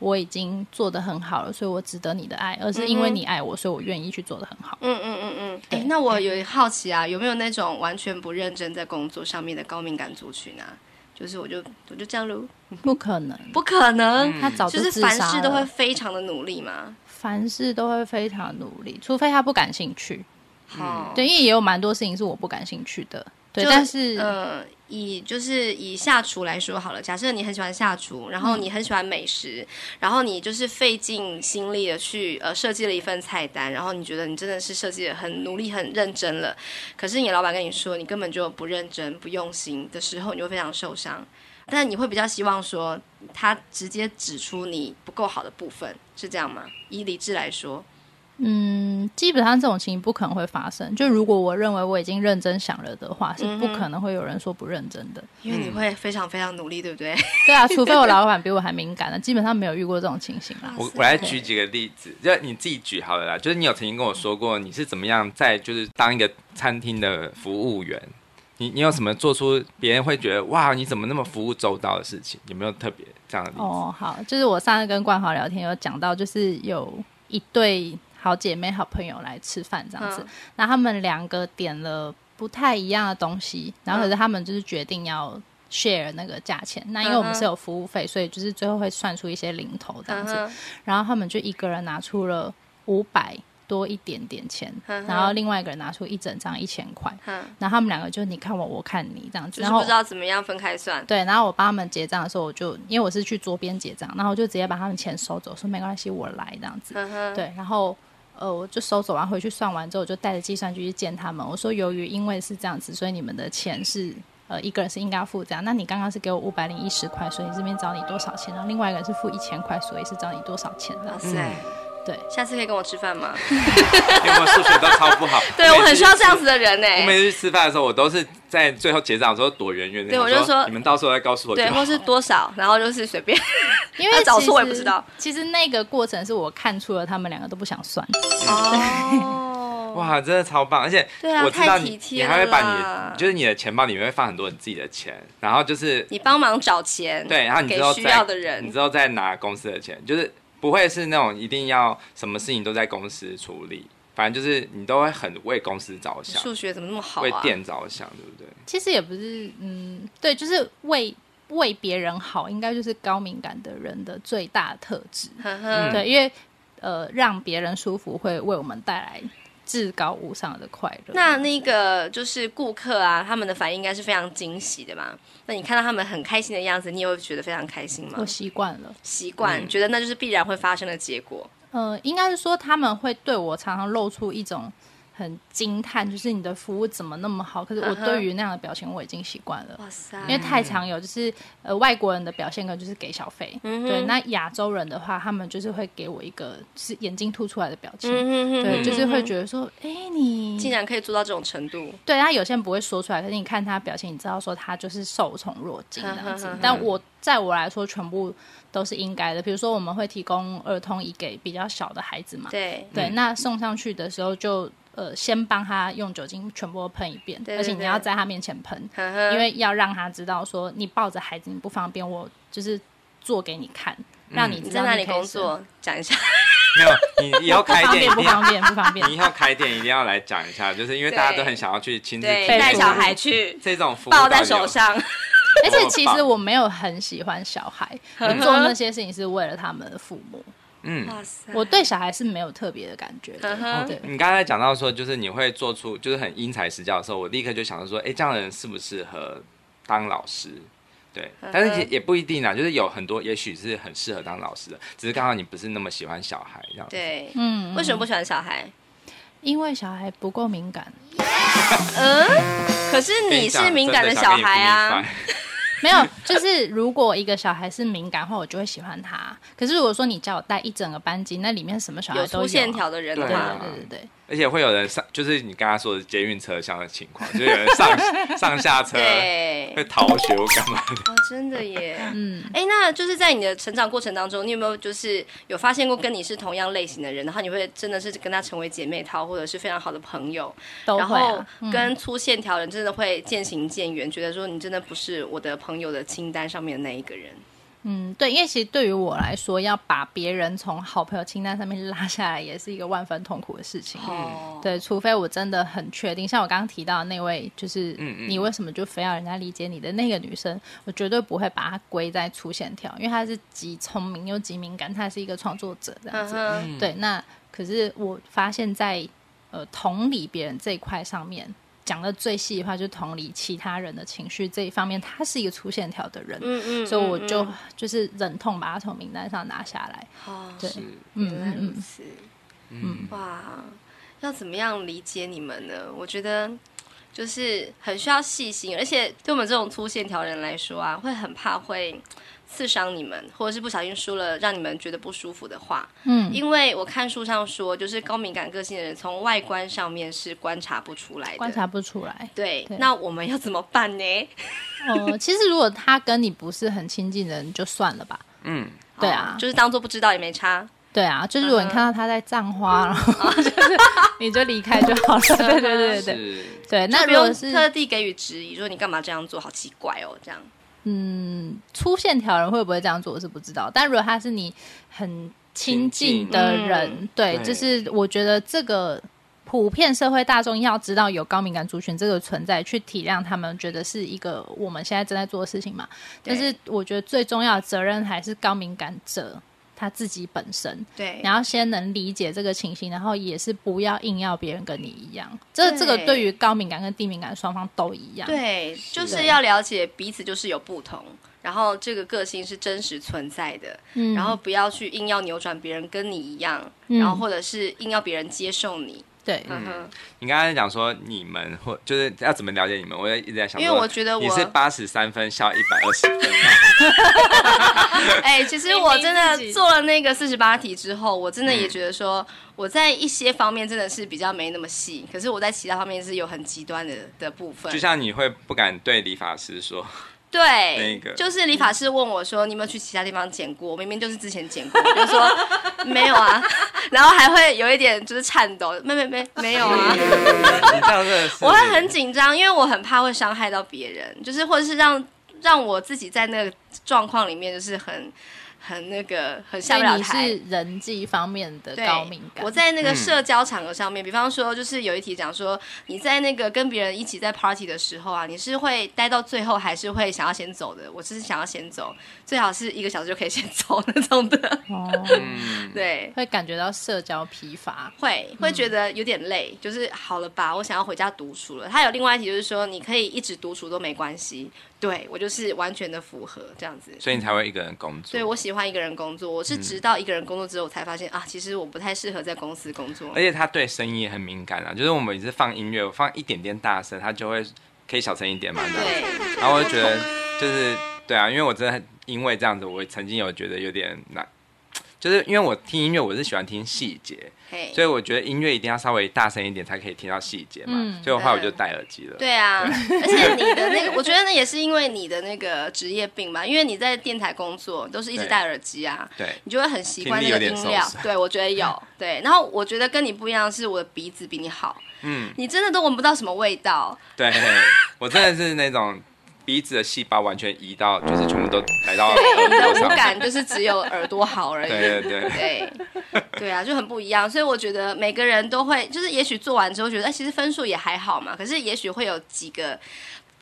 [SPEAKER 3] 我已经做的很好了，所以我值得你的爱，而
[SPEAKER 2] 嗯
[SPEAKER 3] 是因为你爱我，所以我愿意去做的很好。
[SPEAKER 1] 嗯嗯嗯嗯。哎、那我有好奇啊，有没有那种完全不认真在工作上面的高敏感族群啊？就是我就我就这样喽，
[SPEAKER 2] 嗯
[SPEAKER 3] 不可能，
[SPEAKER 1] 不可能，
[SPEAKER 3] 他早
[SPEAKER 1] 就是
[SPEAKER 3] 嗯自
[SPEAKER 1] 凡
[SPEAKER 3] 杀
[SPEAKER 1] 事
[SPEAKER 3] 了
[SPEAKER 1] 都会非常的努力嘛。
[SPEAKER 3] 凡事都会非常努力，除非他不感兴趣。
[SPEAKER 2] 嗯哦
[SPEAKER 1] 好，
[SPEAKER 3] 对，因为也有蛮多事情是我不感兴趣的。对，
[SPEAKER 1] 就
[SPEAKER 3] 但是、
[SPEAKER 1] 呃，以就是以下厨来说好了，假设你很喜欢下厨，然后你很喜欢美食，然后你就是费尽心力的去呃设计了一份菜单，然后你觉得你真的是设计的很努力、很认真了，可是你的老板跟你说你根本就不认真、不用心的时候，你会非常受伤。但你会比较希望说他直接指出你不够好的部分，是这样吗？以理智来说，
[SPEAKER 3] 嗯，基本上这种情形不可能会发生。就如果我认为我已经认真想了的话，是不可能会有人说不认真的。
[SPEAKER 1] 因为
[SPEAKER 2] 嗯
[SPEAKER 1] 你会非常非常努力，对不对？
[SPEAKER 3] 对啊，除非我老板比我还敏感的，基本上没有遇过这种情形
[SPEAKER 1] 啊
[SPEAKER 3] 啦。
[SPEAKER 2] 我我来举几个例子，就你自己举好了啦。就是你有曾经跟我说过，你是怎么样在就是当一个餐厅的服务员，你你有什么做出别人会觉得哇，你怎么那么服务周到的事情？有没有特别这样的例子？
[SPEAKER 3] 哦，好，就是我上次跟冠豪聊天有讲到，就是有一对好姐妹、好朋友来吃饭这样子，
[SPEAKER 1] 嗯
[SPEAKER 3] 那他们两个点了不太一样的东西，然后可是他们就是决定要 share 那个价钱。那因为我们是有服务费，所以就是
[SPEAKER 1] 嗯
[SPEAKER 3] 最后会算出一些零头这样子。
[SPEAKER 1] 嗯哼
[SPEAKER 3] 然后他们就一个人拿出了五百多一点点钱，
[SPEAKER 1] 嗯哼
[SPEAKER 3] 然后另外一个人拿出一整张一千块，
[SPEAKER 1] 哼，
[SPEAKER 3] 然后他们两个就你看我，我看你这样
[SPEAKER 1] 就是
[SPEAKER 3] 子，然
[SPEAKER 1] 不
[SPEAKER 3] 后
[SPEAKER 1] 知道怎么样分开算。
[SPEAKER 3] 对，然后我帮他们结账的时候，我就因为我是去桌边结账，然后我就直接把他们钱收走，说没关系，我来这样子。
[SPEAKER 1] 哼哼，
[SPEAKER 3] 对，然后呃，我就收走完回去算完之后，我就带着计算机去见他们。我说，由于因为是这样子，所以你们的钱是呃一个人是应该付这样。那你刚刚是给我五百零一十块，所以这边找你多少钱？然后另外一个人是付一千块，所以是找你多少钱这
[SPEAKER 1] 哇
[SPEAKER 3] 样子。
[SPEAKER 1] 塞，
[SPEAKER 2] 嗯
[SPEAKER 3] 对，
[SPEAKER 1] 下次可以跟我吃饭
[SPEAKER 2] [LAUGHS]
[SPEAKER 1] 吗？。
[SPEAKER 2] 因为我数学都超不好
[SPEAKER 1] [LAUGHS] 对我
[SPEAKER 2] 每
[SPEAKER 1] 很
[SPEAKER 2] 次
[SPEAKER 1] 需要这样子的人呢、欸
[SPEAKER 2] 我每次去吃饭的时候，我都是在最后结账的时候躲远远的。
[SPEAKER 1] 对我就
[SPEAKER 2] 想
[SPEAKER 1] 说
[SPEAKER 2] 你们到时候再告诉我就
[SPEAKER 1] 对，
[SPEAKER 2] 好。
[SPEAKER 1] 或是多少，然后就是随便。
[SPEAKER 3] 因
[SPEAKER 1] 啊
[SPEAKER 3] 为
[SPEAKER 1] 早
[SPEAKER 3] 其
[SPEAKER 1] 说我也不
[SPEAKER 3] 实
[SPEAKER 1] 知道。
[SPEAKER 3] 其实那个过程是我看出了他们两个都不想算。
[SPEAKER 1] 哦，
[SPEAKER 2] 嗯 [LAUGHS] 哇，真的超棒！而且
[SPEAKER 1] 对啊
[SPEAKER 2] 我知道
[SPEAKER 1] 太体
[SPEAKER 2] 你，
[SPEAKER 1] 贴
[SPEAKER 2] 你
[SPEAKER 1] 了
[SPEAKER 2] 还会把你
[SPEAKER 1] 啦
[SPEAKER 2] 的，就是你的钱包里面会放很多你自己的钱，然后就是
[SPEAKER 1] 你帮忙找钱，
[SPEAKER 2] 对，然后你
[SPEAKER 1] 给
[SPEAKER 2] 之后
[SPEAKER 1] 需
[SPEAKER 2] 再
[SPEAKER 1] 要的
[SPEAKER 2] 你
[SPEAKER 1] 人，
[SPEAKER 2] 之后再拿公司的钱，就是不会是那种一定要什么事情都在公司处理，反正就是你都会很为公司着想，
[SPEAKER 1] 数学怎么那么好
[SPEAKER 2] 为
[SPEAKER 1] 啊？
[SPEAKER 2] 店着想，对不 [LAUGHS] 对？
[SPEAKER 3] 其实也不是，嗯，对，就是为为别人好，应该就是高敏感的人的最大特质。
[SPEAKER 1] 呵呵，
[SPEAKER 2] 嗯
[SPEAKER 3] 对，因为呃，让别人舒服会为我们带来至高无上的快乐。
[SPEAKER 1] 那那个就是顾客啊，他们的反应应该是非常惊喜的吧？那你看到他们很开心的样子，你也会觉得非常开心吗
[SPEAKER 3] 我？习惯了，
[SPEAKER 1] 习惯、
[SPEAKER 2] 嗯
[SPEAKER 1] 觉得那就是必然会发生的结果。
[SPEAKER 3] 呃，应该是说他们会对我常常露出一种很惊叹，就是你的服务怎么那么好？可是我
[SPEAKER 1] 嗯哼
[SPEAKER 3] 对于那样的表情我已经习惯了。
[SPEAKER 1] 哇塞！
[SPEAKER 3] 因为太常有，就是呃外国人的表现可能就是给小费，
[SPEAKER 1] 嗯哼
[SPEAKER 3] 对。那亚洲人的话，他们就是会给我一个就是眼睛凸出来的表情，
[SPEAKER 1] 嗯哼
[SPEAKER 3] 对，就是会觉
[SPEAKER 1] 得
[SPEAKER 3] 得说，哎、你
[SPEAKER 1] 竟然可以做到这种程度，
[SPEAKER 3] 对他有些人不会说出来，可是你看他表情，你知道说他就是受宠若惊这样子
[SPEAKER 1] 嗯。
[SPEAKER 3] 但我在我来说，全部都是应该的。比如说，我们会提供儿童椅给比较小的孩子嘛，
[SPEAKER 1] 对，嗯
[SPEAKER 3] 对，那送上去的时候就呃先帮他用酒精全部都喷一遍，
[SPEAKER 1] 对对
[SPEAKER 3] 而且你要在他面前喷，
[SPEAKER 1] 呵呵
[SPEAKER 3] 因为要让他知道说你抱着孩子你不方便，我就是做给你看，让你
[SPEAKER 1] 嗯你
[SPEAKER 3] 知
[SPEAKER 1] 在
[SPEAKER 3] 道
[SPEAKER 1] 哪
[SPEAKER 3] 你
[SPEAKER 1] 里
[SPEAKER 3] 可以
[SPEAKER 1] 工
[SPEAKER 3] 生，
[SPEAKER 1] 作？讲一下，
[SPEAKER 2] 没有，你以后
[SPEAKER 3] 不
[SPEAKER 2] 开
[SPEAKER 3] 方
[SPEAKER 2] 店一
[SPEAKER 3] 便不
[SPEAKER 2] 定要
[SPEAKER 3] 方，便
[SPEAKER 1] [LAUGHS]
[SPEAKER 3] 不方便
[SPEAKER 2] 你以。后开店一定要来讲一下，就是因为大家都很想要去亲自
[SPEAKER 1] 对，
[SPEAKER 2] 体验
[SPEAKER 1] 带
[SPEAKER 3] 带
[SPEAKER 1] 小
[SPEAKER 3] 小
[SPEAKER 1] 孩
[SPEAKER 3] 孩
[SPEAKER 1] 去，
[SPEAKER 2] 这种服务
[SPEAKER 1] 抱在
[SPEAKER 2] 到底
[SPEAKER 1] 手，
[SPEAKER 2] 有
[SPEAKER 3] [LAUGHS]
[SPEAKER 1] 上，
[SPEAKER 3] 而且
[SPEAKER 2] 多
[SPEAKER 3] 其
[SPEAKER 2] 么
[SPEAKER 3] 实
[SPEAKER 2] 棒
[SPEAKER 3] 我没有很喜欢小孩，
[SPEAKER 1] 嗯
[SPEAKER 3] 我做那些事情是为了他们的父母。
[SPEAKER 2] 嗯，
[SPEAKER 1] 哇塞！
[SPEAKER 3] 我对小孩是没有特别的感觉的
[SPEAKER 1] 嗯哼
[SPEAKER 3] 对，
[SPEAKER 2] 你刚才讲到说，就是你会做出就是很因材施教的时候，我立刻就想到说，哎、这样的人适不适合当老师？对，
[SPEAKER 1] 嗯
[SPEAKER 2] 但是也也不一定啦，就是有很多也许是很适合当老师的，只是刚好你不是那么喜欢小孩这样。，
[SPEAKER 1] 对，
[SPEAKER 3] 嗯，
[SPEAKER 1] 为什么不喜欢小孩？
[SPEAKER 3] 因为小孩不够敏感，
[SPEAKER 1] 嗯，可是你是敏感的小孩啊，
[SPEAKER 3] 没
[SPEAKER 1] [LAUGHS]
[SPEAKER 3] 有，就是如果一个小孩是敏感的话，我就会喜欢他。可是如果说你叫我带一整个班级，那里面什么小孩
[SPEAKER 1] 有
[SPEAKER 3] 都有
[SPEAKER 1] 粗
[SPEAKER 3] 啊，
[SPEAKER 1] 线条的人的
[SPEAKER 3] 对啊
[SPEAKER 1] 话
[SPEAKER 3] 对，对对对，
[SPEAKER 2] 而且会有人上，就是你刚刚说的捷运车厢的情况，就是有人上 [LAUGHS] 上下车
[SPEAKER 1] 对
[SPEAKER 2] 会，逃学或干嘛的。
[SPEAKER 1] 哦，真的耶。
[SPEAKER 3] 嗯，
[SPEAKER 1] 哎，那就是在你的成长过程当中，你有没有就是有发现过跟你是同样类型的人，然后你会真的是跟他成为姐妹淘，或者是非常好的朋友，
[SPEAKER 3] 都
[SPEAKER 1] 然
[SPEAKER 3] 会、
[SPEAKER 1] 后
[SPEAKER 3] 啊。嗯
[SPEAKER 1] 跟粗线条人真的会渐行渐远，觉得说你真的不是我的朋友的清单上面的那一个人。
[SPEAKER 3] 嗯，对，因为其实对于我来说，要把别人从好朋友清单上面拉下来，也是一个万分痛苦的事情。
[SPEAKER 1] 哦，
[SPEAKER 3] 对，除非我真的很确定，像我刚刚提到的那位，就是
[SPEAKER 2] 嗯嗯
[SPEAKER 3] 你为什么就非要人家理解你的那个女生，我绝对不会把她归在粗线条，因为她是极聪明又极敏感，她也是一个创作者这样
[SPEAKER 1] 嗯
[SPEAKER 2] 啊
[SPEAKER 3] 子。
[SPEAKER 1] 哼，
[SPEAKER 3] 对，那可是我发现在，呃同理别人这一块上面。讲的最细的话，就是同理其他人的情绪这一方面，他是一个粗线条的人，
[SPEAKER 1] 嗯嗯，
[SPEAKER 3] 所以我就、
[SPEAKER 1] 嗯
[SPEAKER 3] 就是忍痛把他从名单上拿下来。
[SPEAKER 1] 嗯哦
[SPEAKER 3] 对，嗯
[SPEAKER 1] 原来
[SPEAKER 3] 嗯
[SPEAKER 1] 如
[SPEAKER 3] 嗯，
[SPEAKER 1] 此。嗯
[SPEAKER 2] 嗯
[SPEAKER 1] 哇，要怎么样理解你们呢？我觉得就是很需要细心，而且对我们这种粗线条人来说啊，会很怕会刺伤你们，或者是不小心说了让你们觉得不舒服的话。
[SPEAKER 3] 嗯
[SPEAKER 1] 因为我看书上说，就是高敏感个性的人从外观上面是观察不出来的。
[SPEAKER 3] 嗯观察不出来。
[SPEAKER 1] 对，
[SPEAKER 3] 对
[SPEAKER 1] 那我们要怎么办呢？ [LAUGHS]
[SPEAKER 3] 呃，其实如果他跟你不是很亲近的人，就算了吧。
[SPEAKER 2] 嗯，
[SPEAKER 3] [LAUGHS] 对啊
[SPEAKER 1] 哦就是嗯当做不知道也没差。
[SPEAKER 3] 对啊，就是如果你看到他在葬花，然后 [LAUGHS]
[SPEAKER 1] [LAUGHS]
[SPEAKER 3] 就是你就离开就好了。对对对对对
[SPEAKER 2] 是
[SPEAKER 3] 对。那
[SPEAKER 1] 啊就不
[SPEAKER 3] 如果
[SPEAKER 1] 用
[SPEAKER 3] 是
[SPEAKER 1] 特地给予质疑，说你干嘛这样做，好奇怪哦，这样。
[SPEAKER 3] 嗯粗线条人会不会这样做，我是不知道。但如果他是你很亲近的
[SPEAKER 1] 亲
[SPEAKER 3] 人，对，
[SPEAKER 2] 对
[SPEAKER 3] 就是我觉得这个。普遍社会大众要知道有高敏感族群这个存在，去体谅他们，觉得是一个我们现在正在做的事情嘛。
[SPEAKER 1] 对
[SPEAKER 3] 但是我觉得最重要的责任还是高敏感者他自己本身。
[SPEAKER 1] 对
[SPEAKER 3] 你，要先能理解这个情形，然后也是不要硬要别人跟你一样。这
[SPEAKER 1] 对
[SPEAKER 3] 这个对于高敏感跟低敏感双方都一样。，
[SPEAKER 1] 对，就是要了解彼此就是有不同，然后这个个性是真实存在的，
[SPEAKER 3] 嗯
[SPEAKER 1] 然后不要去硬要扭转别人跟你一样，
[SPEAKER 3] 嗯
[SPEAKER 1] 然后或者是硬要别人接受
[SPEAKER 3] [COUGHS]
[SPEAKER 1] 你。
[SPEAKER 3] 对，
[SPEAKER 1] 嗯哼，
[SPEAKER 2] 你刚才讲说你们或就是要怎么了解你们，我也一直在想说，
[SPEAKER 1] 因为我觉得
[SPEAKER 2] 你是
[SPEAKER 1] 我，
[SPEAKER 2] 八十三分笑一百二十分，
[SPEAKER 1] 哎，其实
[SPEAKER 3] 明
[SPEAKER 1] 我
[SPEAKER 3] 明
[SPEAKER 1] 真
[SPEAKER 3] 自己嗯
[SPEAKER 1] 的做了那个四十八题之后，我真的也觉得说，我在一些方面真的是比较没那么细，可是我在其他方面是有很极端的的部分
[SPEAKER 2] 就。像你会不敢对理发
[SPEAKER 1] [LAUGHS]
[SPEAKER 2] 师说，那
[SPEAKER 1] 对
[SPEAKER 2] 个，嗯
[SPEAKER 1] 就是理发师问我说：“你有没有去其他地方剪过？”我明明就是之前剪过，我就说没有啊， [LAUGHS] 然后还会有一点就是颤抖，没没没没有啊，
[SPEAKER 2] 你这样真的是，
[SPEAKER 1] 我会很紧张，因为我很怕会伤害到别人，就是或者是让让我自己在那个状况里面就是很很那个很
[SPEAKER 3] 所
[SPEAKER 1] 下不
[SPEAKER 3] 以
[SPEAKER 1] 了
[SPEAKER 3] 你是
[SPEAKER 1] 台。
[SPEAKER 3] 人际方面的
[SPEAKER 1] 对
[SPEAKER 3] 高敏感。
[SPEAKER 1] 我在那个
[SPEAKER 2] 嗯
[SPEAKER 1] 社交场合上面，比方说，就是有一题讲说，你在那个跟别人一起在 party 的时候啊，你是会待到最后，还是会想要先走的？我就是想要先走，最好是一个小时就可以先走那种
[SPEAKER 2] [LAUGHS]
[SPEAKER 1] 的。
[SPEAKER 3] 哦，
[SPEAKER 2] 嗯，
[SPEAKER 1] 对，
[SPEAKER 3] 会感觉到社交疲乏。
[SPEAKER 1] 会会觉得有点累，就是好了吧，我想要回家独处了。他有另外一题就是说，你可以一直独处都没关系。对我就是完全的符合这样子。
[SPEAKER 2] 所以你才会一个人工作。
[SPEAKER 1] 对我喜欢一个人工作，我是直到一个人工作之后，我才发现啊，其实我不太适合在公司工作
[SPEAKER 2] 而。且他对声音也很敏感啊，就是我们也是放音乐，我放一点点大声，他就会可以小声一点嘛。这样
[SPEAKER 1] 对，
[SPEAKER 2] 然后我就觉得就是对啊，因为我真的很因为这样子，我曾经有觉得有点难，就是因为我听音乐我是喜欢听细节，
[SPEAKER 1] 嘿，
[SPEAKER 2] 所以我觉得音乐一定要稍微大声一点才可以听到细节嘛。
[SPEAKER 3] 嗯
[SPEAKER 2] 所以的话我就戴耳机了。
[SPEAKER 1] 对
[SPEAKER 2] [LAUGHS]
[SPEAKER 1] 啊，而且你的那个，我觉得那也是因为你的那个职业病吧，因为你在电台工作都是一直
[SPEAKER 2] 对
[SPEAKER 1] 戴耳机啊，
[SPEAKER 2] 对
[SPEAKER 1] 你就会很习惯那个
[SPEAKER 2] 听力有
[SPEAKER 1] 音
[SPEAKER 2] 点
[SPEAKER 1] 量
[SPEAKER 2] 受。
[SPEAKER 1] 对，我觉得
[SPEAKER 2] [LAUGHS]
[SPEAKER 1] 有。对，然后我觉得跟你不一样的是，我的鼻子比你好，
[SPEAKER 2] 嗯，
[SPEAKER 1] 你真的都闻不到什么味道。
[SPEAKER 2] 对， [LAUGHS] 我真的是那种鼻子的细胞完全移到，就是全部都来到
[SPEAKER 1] 对，你
[SPEAKER 2] 耳
[SPEAKER 1] 的
[SPEAKER 2] 朵
[SPEAKER 1] 五
[SPEAKER 2] 上
[SPEAKER 1] 感
[SPEAKER 2] 面。
[SPEAKER 1] 就是只有耳朵好而已。
[SPEAKER 2] 对对对，
[SPEAKER 1] 对，对啊，就很不一样。所以我觉得每个人都会，就是也许做完之后觉得，哎、其实分数也还好嘛。可是也许会有几个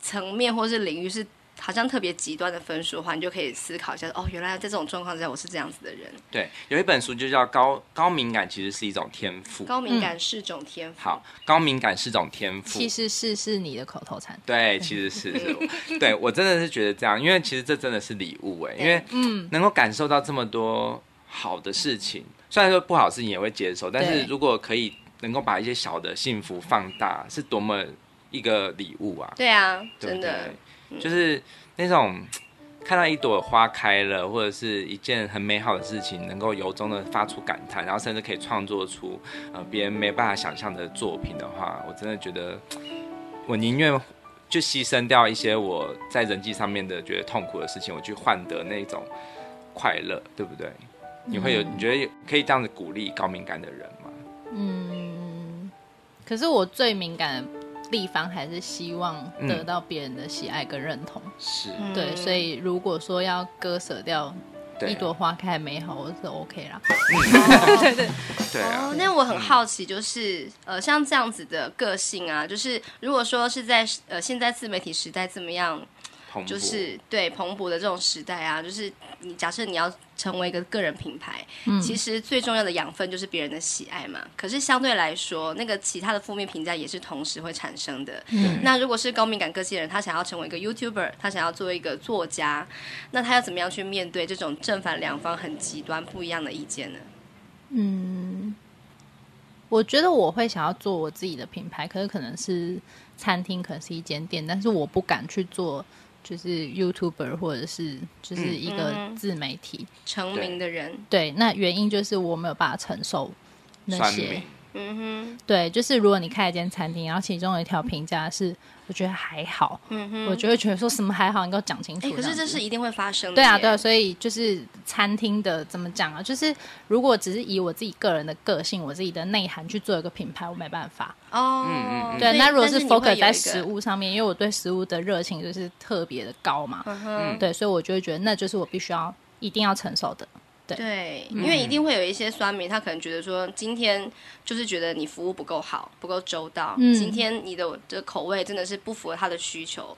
[SPEAKER 1] 层面或是领域是好像特别极端的分数的话，你就可以思考一下，哦，原来在这种状况之下我是这样子的人。
[SPEAKER 2] 对，有一本书就叫高《高敏感其实是一种天赋》。
[SPEAKER 1] 高敏感是种天赋。
[SPEAKER 2] 好，高敏感是种
[SPEAKER 1] 嗯
[SPEAKER 2] 天赋
[SPEAKER 3] 其。实是是你的口头禅。
[SPEAKER 2] 对，其实是
[SPEAKER 3] [LAUGHS]
[SPEAKER 2] 是我，对我真的是觉得这样，因为其实这真的是礼物哎，
[SPEAKER 1] 对
[SPEAKER 2] 因为
[SPEAKER 3] 嗯，
[SPEAKER 2] 能够感受到这么多好的事情，虽然说不好的事情也会接受，但
[SPEAKER 3] 对
[SPEAKER 2] 是如果可以能够把一些小的幸福放大，是多么一个礼物啊！
[SPEAKER 1] 对啊，
[SPEAKER 2] 对
[SPEAKER 1] 真
[SPEAKER 2] 不
[SPEAKER 1] 的，
[SPEAKER 3] 嗯
[SPEAKER 2] 对，就是那种看到一朵花开了，或者是一件很美好的事情，能够由衷的发出感叹，然后甚至可以创作出呃别人没办法想象的作品的话，我真的觉得我宁愿。就牺牲掉一些我在人际上面的觉得痛苦的事情，我去换得那种快乐，对不对？你会
[SPEAKER 3] 嗯
[SPEAKER 2] 有你觉得有可以这样子鼓励高敏感的人吗？
[SPEAKER 1] 嗯
[SPEAKER 3] 可是我最敏感的地方还是希望得到别人的喜爱跟认同。
[SPEAKER 2] 是，
[SPEAKER 1] 嗯
[SPEAKER 3] 对，所以如果说要割舍掉
[SPEAKER 2] 对
[SPEAKER 3] 一朵花开美好，我是 OK 啦。
[SPEAKER 2] 对啊
[SPEAKER 1] 哦，，那我很好奇，就是呃，像这样子的个性啊，就是如果说是在呃现在自媒体时代这么样
[SPEAKER 2] 蓬勃
[SPEAKER 1] 就是对蓬勃的这种时代啊，就是你假设你要成为一个个人品牌，
[SPEAKER 3] 嗯
[SPEAKER 1] 其实最重要的养分就是别人的喜爱嘛。可是相对来说，那个其他的负面评价也是同时会产生的。
[SPEAKER 3] 嗯
[SPEAKER 1] 那如果是高敏感个性的人，他想要成为一个 YouTuber，他想要做一个作家，那他要怎么样去面对这种正反两方很极端不一样的意见呢？
[SPEAKER 3] 我觉得我会想要做我自己的品牌，可是可能是餐厅，可能是一间店，但是我不敢去做。就是 YouTuber 或者是就是一个
[SPEAKER 1] 嗯
[SPEAKER 3] 自媒体，
[SPEAKER 1] 成名的人，
[SPEAKER 3] 对，那原因就是我没有办法承受那
[SPEAKER 2] 酸
[SPEAKER 3] 些
[SPEAKER 2] 民，
[SPEAKER 1] 嗯哼，
[SPEAKER 3] 对，就是如果你开一间餐厅，然后其中有一条评价是我觉得还好，
[SPEAKER 1] 嗯哼。
[SPEAKER 3] 我就会觉得说什么还好，你给我讲清楚
[SPEAKER 1] 哎、
[SPEAKER 3] 样
[SPEAKER 1] 可
[SPEAKER 3] 子。
[SPEAKER 1] 是这是一定会发生的。
[SPEAKER 3] 对啊，对啊，。所以就是餐厅的怎么讲啊？就是如果只是以我自己个人的个性、我自己的内涵去做一个品牌，我没办法。
[SPEAKER 1] 哦，
[SPEAKER 2] 嗯嗯嗯
[SPEAKER 3] 对，啊
[SPEAKER 1] 所以
[SPEAKER 3] 那如果
[SPEAKER 1] 但是你会
[SPEAKER 3] focus
[SPEAKER 1] 有
[SPEAKER 3] 在
[SPEAKER 1] 一个
[SPEAKER 3] 食物上面，因为我对食物的热情就是特别的高嘛，
[SPEAKER 1] 嗯哼，
[SPEAKER 3] 对，所以我就会觉得那就是我必须要一定要承受的。
[SPEAKER 1] 对，
[SPEAKER 3] 嗯
[SPEAKER 1] 因为一定会有一些酸民，他可能觉得说，今天就是觉得你服务不够好，不够周到，
[SPEAKER 3] 嗯
[SPEAKER 1] 今天你的这口味真的是不符合他的需求，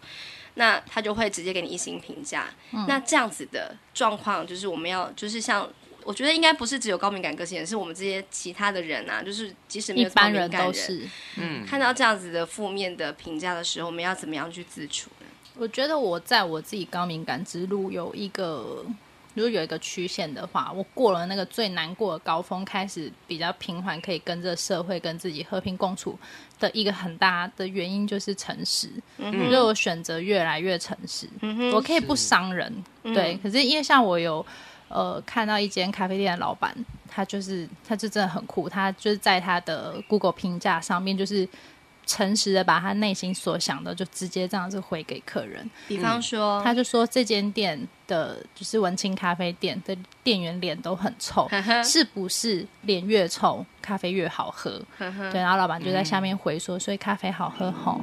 [SPEAKER 1] 那
[SPEAKER 3] 嗯
[SPEAKER 1] 他就会直接给你一星评价。那这样子的状况，就是我们要，就是像我觉得应该不是只有高敏感个性人，是我们这些其他的人啊，就是即使没
[SPEAKER 3] 一
[SPEAKER 1] 有这么
[SPEAKER 3] 般
[SPEAKER 1] 敏
[SPEAKER 3] 人
[SPEAKER 1] 感
[SPEAKER 3] 都
[SPEAKER 1] 人，
[SPEAKER 3] 是。
[SPEAKER 2] 嗯，
[SPEAKER 1] 看到这样子的负面的评价的时候，我们要怎么样去自处呢？
[SPEAKER 3] 我觉得我在我自己高敏感之路有一个，如果有一个曲线的话，我过了那个最难过的高峰，开始比较平缓，可以跟这个社会、跟自己和平共处的一个很大的原因就是诚实，
[SPEAKER 1] 嗯
[SPEAKER 3] 所以我选择越来越诚实，
[SPEAKER 1] 嗯哼，嗯
[SPEAKER 3] 我可以不伤人，对。嗯可是因为像我有呃看到一间咖啡店的老板，他就是他就真的很酷，他就是在他的 Google 评价上面就是诚实的把他内心所想的就直接这样子回给客人。
[SPEAKER 1] 比方说，
[SPEAKER 3] 他就说这间店的就是文青咖啡店的店员脸都很臭，是不是脸越臭咖啡越好喝？对，然后老板就在下
[SPEAKER 1] 嗯
[SPEAKER 3] 面回说，所以咖啡好喝吼。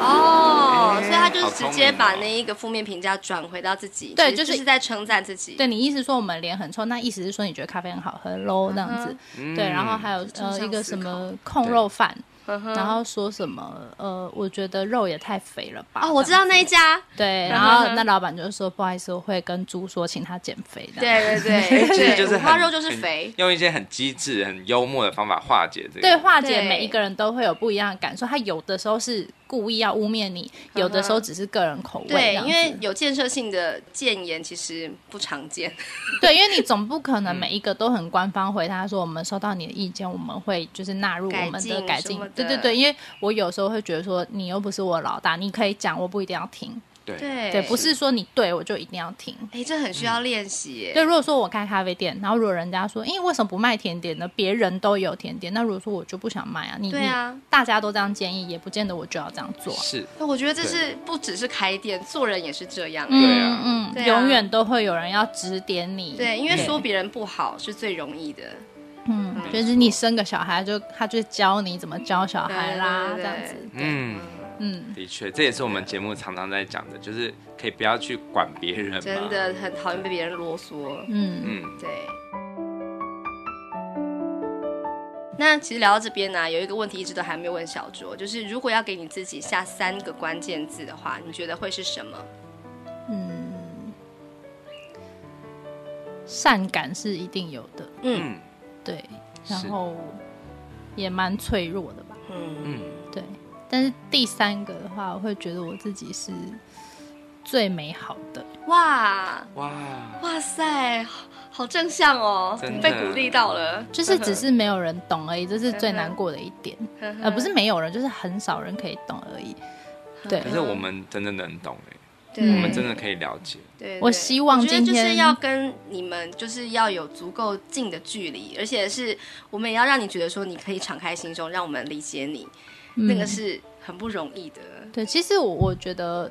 [SPEAKER 1] 哦，所以他就
[SPEAKER 2] 好
[SPEAKER 1] 是直
[SPEAKER 2] 聪
[SPEAKER 1] 接
[SPEAKER 2] 明
[SPEAKER 1] 把
[SPEAKER 2] 哦
[SPEAKER 1] 那一个负面评价转回到自己，其
[SPEAKER 3] 对
[SPEAKER 1] 实
[SPEAKER 3] 就是
[SPEAKER 1] 就是在称赞自己。
[SPEAKER 3] 对你意思说我们脸很臭，那意思是说你觉得咖啡很好喝喽？这样子，
[SPEAKER 1] 嗯
[SPEAKER 3] 对，然后还有
[SPEAKER 1] 正
[SPEAKER 3] 呃
[SPEAKER 1] 向
[SPEAKER 3] 一个
[SPEAKER 1] 思
[SPEAKER 3] 什
[SPEAKER 1] 考
[SPEAKER 3] 么控肉饭，然后说什么呃，我觉得肉也太肥了吧？
[SPEAKER 1] 哦，我知
[SPEAKER 3] 这样
[SPEAKER 1] 道那一家，
[SPEAKER 3] 对，然后那老板就说不好意思，我会跟猪说请他减肥。
[SPEAKER 1] [LAUGHS]
[SPEAKER 3] 这
[SPEAKER 1] 对
[SPEAKER 2] [LAUGHS]
[SPEAKER 3] 样
[SPEAKER 1] 对
[SPEAKER 2] 其
[SPEAKER 1] 对
[SPEAKER 2] 实
[SPEAKER 1] 对，
[SPEAKER 2] 哎就是
[SPEAKER 1] 五花
[SPEAKER 2] 很
[SPEAKER 1] 肉就是
[SPEAKER 2] 很
[SPEAKER 1] 肥，
[SPEAKER 2] 用一些很机智、很幽默的方法化解这个。
[SPEAKER 3] 对，化解
[SPEAKER 1] 对
[SPEAKER 3] 每一个人都会有不一样的感受。他有的时候是故意要污
[SPEAKER 1] [LAUGHS]
[SPEAKER 3] 蔑你，有的时候只是个人口味这
[SPEAKER 1] 对，
[SPEAKER 3] 样子。
[SPEAKER 1] 因为有建设性的谏言其实不常见。
[SPEAKER 3] 对，因为你总不可能每一个都很官方回答说我们收到你的意见，我们会就是纳入我们的
[SPEAKER 1] 改
[SPEAKER 3] 改
[SPEAKER 1] 进
[SPEAKER 3] 进
[SPEAKER 1] 什么的。
[SPEAKER 3] 对对对，因为我有时候会觉得说你又不是我老大，你可以讲，我不一定要听。
[SPEAKER 2] 对，
[SPEAKER 1] 对
[SPEAKER 3] 对，不，是说你对我就一定要听。
[SPEAKER 1] 哎，这很需要练习耶。
[SPEAKER 3] 对，如果说我开咖啡店，然后如果人家说，哎，为什么不卖甜点呢？别人都有甜点，那如果说我就不想卖啊，你
[SPEAKER 1] 对啊
[SPEAKER 3] 你大家都这样建议，也不见得我就要这样做啊。
[SPEAKER 2] 是，
[SPEAKER 1] 我觉得这是不只是开店，做人也是这样。
[SPEAKER 2] 对啊
[SPEAKER 3] 嗯
[SPEAKER 1] 对
[SPEAKER 3] 嗯，
[SPEAKER 1] 啊
[SPEAKER 3] 永远都会有人要指点你。
[SPEAKER 1] 对，因为说别人不好是最容易的。
[SPEAKER 3] 嗯，就是你生个小孩就他就教你怎么教小孩啊啦，
[SPEAKER 1] 对对对
[SPEAKER 3] 这样子。
[SPEAKER 2] 嗯，
[SPEAKER 3] 嗯，
[SPEAKER 2] 的确，这也是我们节目常常在讲的，就是可以不要去管别人嘛。
[SPEAKER 1] 真，的很讨厌被别人啰嗦。
[SPEAKER 3] 嗯，
[SPEAKER 2] 嗯，
[SPEAKER 1] 对。那其实聊到这边呢、有一个问题一直都还没有问小卓，就是如果要给你自己下三个关键字的话，你觉得会是什么？
[SPEAKER 3] 嗯善感是一定有的，
[SPEAKER 1] 嗯
[SPEAKER 2] 嗯
[SPEAKER 3] 对，
[SPEAKER 2] 是
[SPEAKER 3] 然后也蛮脆弱的吧，
[SPEAKER 1] 嗯，
[SPEAKER 2] 嗯，
[SPEAKER 3] 对。但是第三个的话，我会觉得我自己是最美好的，
[SPEAKER 1] 哇
[SPEAKER 2] 哇，
[SPEAKER 1] 哇塞，好好正向哦
[SPEAKER 2] 真，的
[SPEAKER 1] 被鼓励到了，
[SPEAKER 3] 就是
[SPEAKER 1] [LAUGHS]
[SPEAKER 3] 只是没有人懂而已，这是最难过的一点。呃，
[SPEAKER 1] 嗯
[SPEAKER 3] 不是没有人，就是很少人可以懂而已。对
[SPEAKER 2] 可，是我们真的能懂哎，
[SPEAKER 1] 对，
[SPEAKER 3] 嗯
[SPEAKER 2] 我们真的可以了解。
[SPEAKER 1] 对对
[SPEAKER 3] 我希望
[SPEAKER 1] 我觉得就
[SPEAKER 3] 今
[SPEAKER 1] 是
[SPEAKER 3] 天
[SPEAKER 1] 要跟你们就是要有足够近的距离，而且是我们也要让你觉得说你可以敞开心胸，让我们理解你，那个
[SPEAKER 3] 嗯
[SPEAKER 1] 是很不容易的。
[SPEAKER 3] 对，其实我我觉得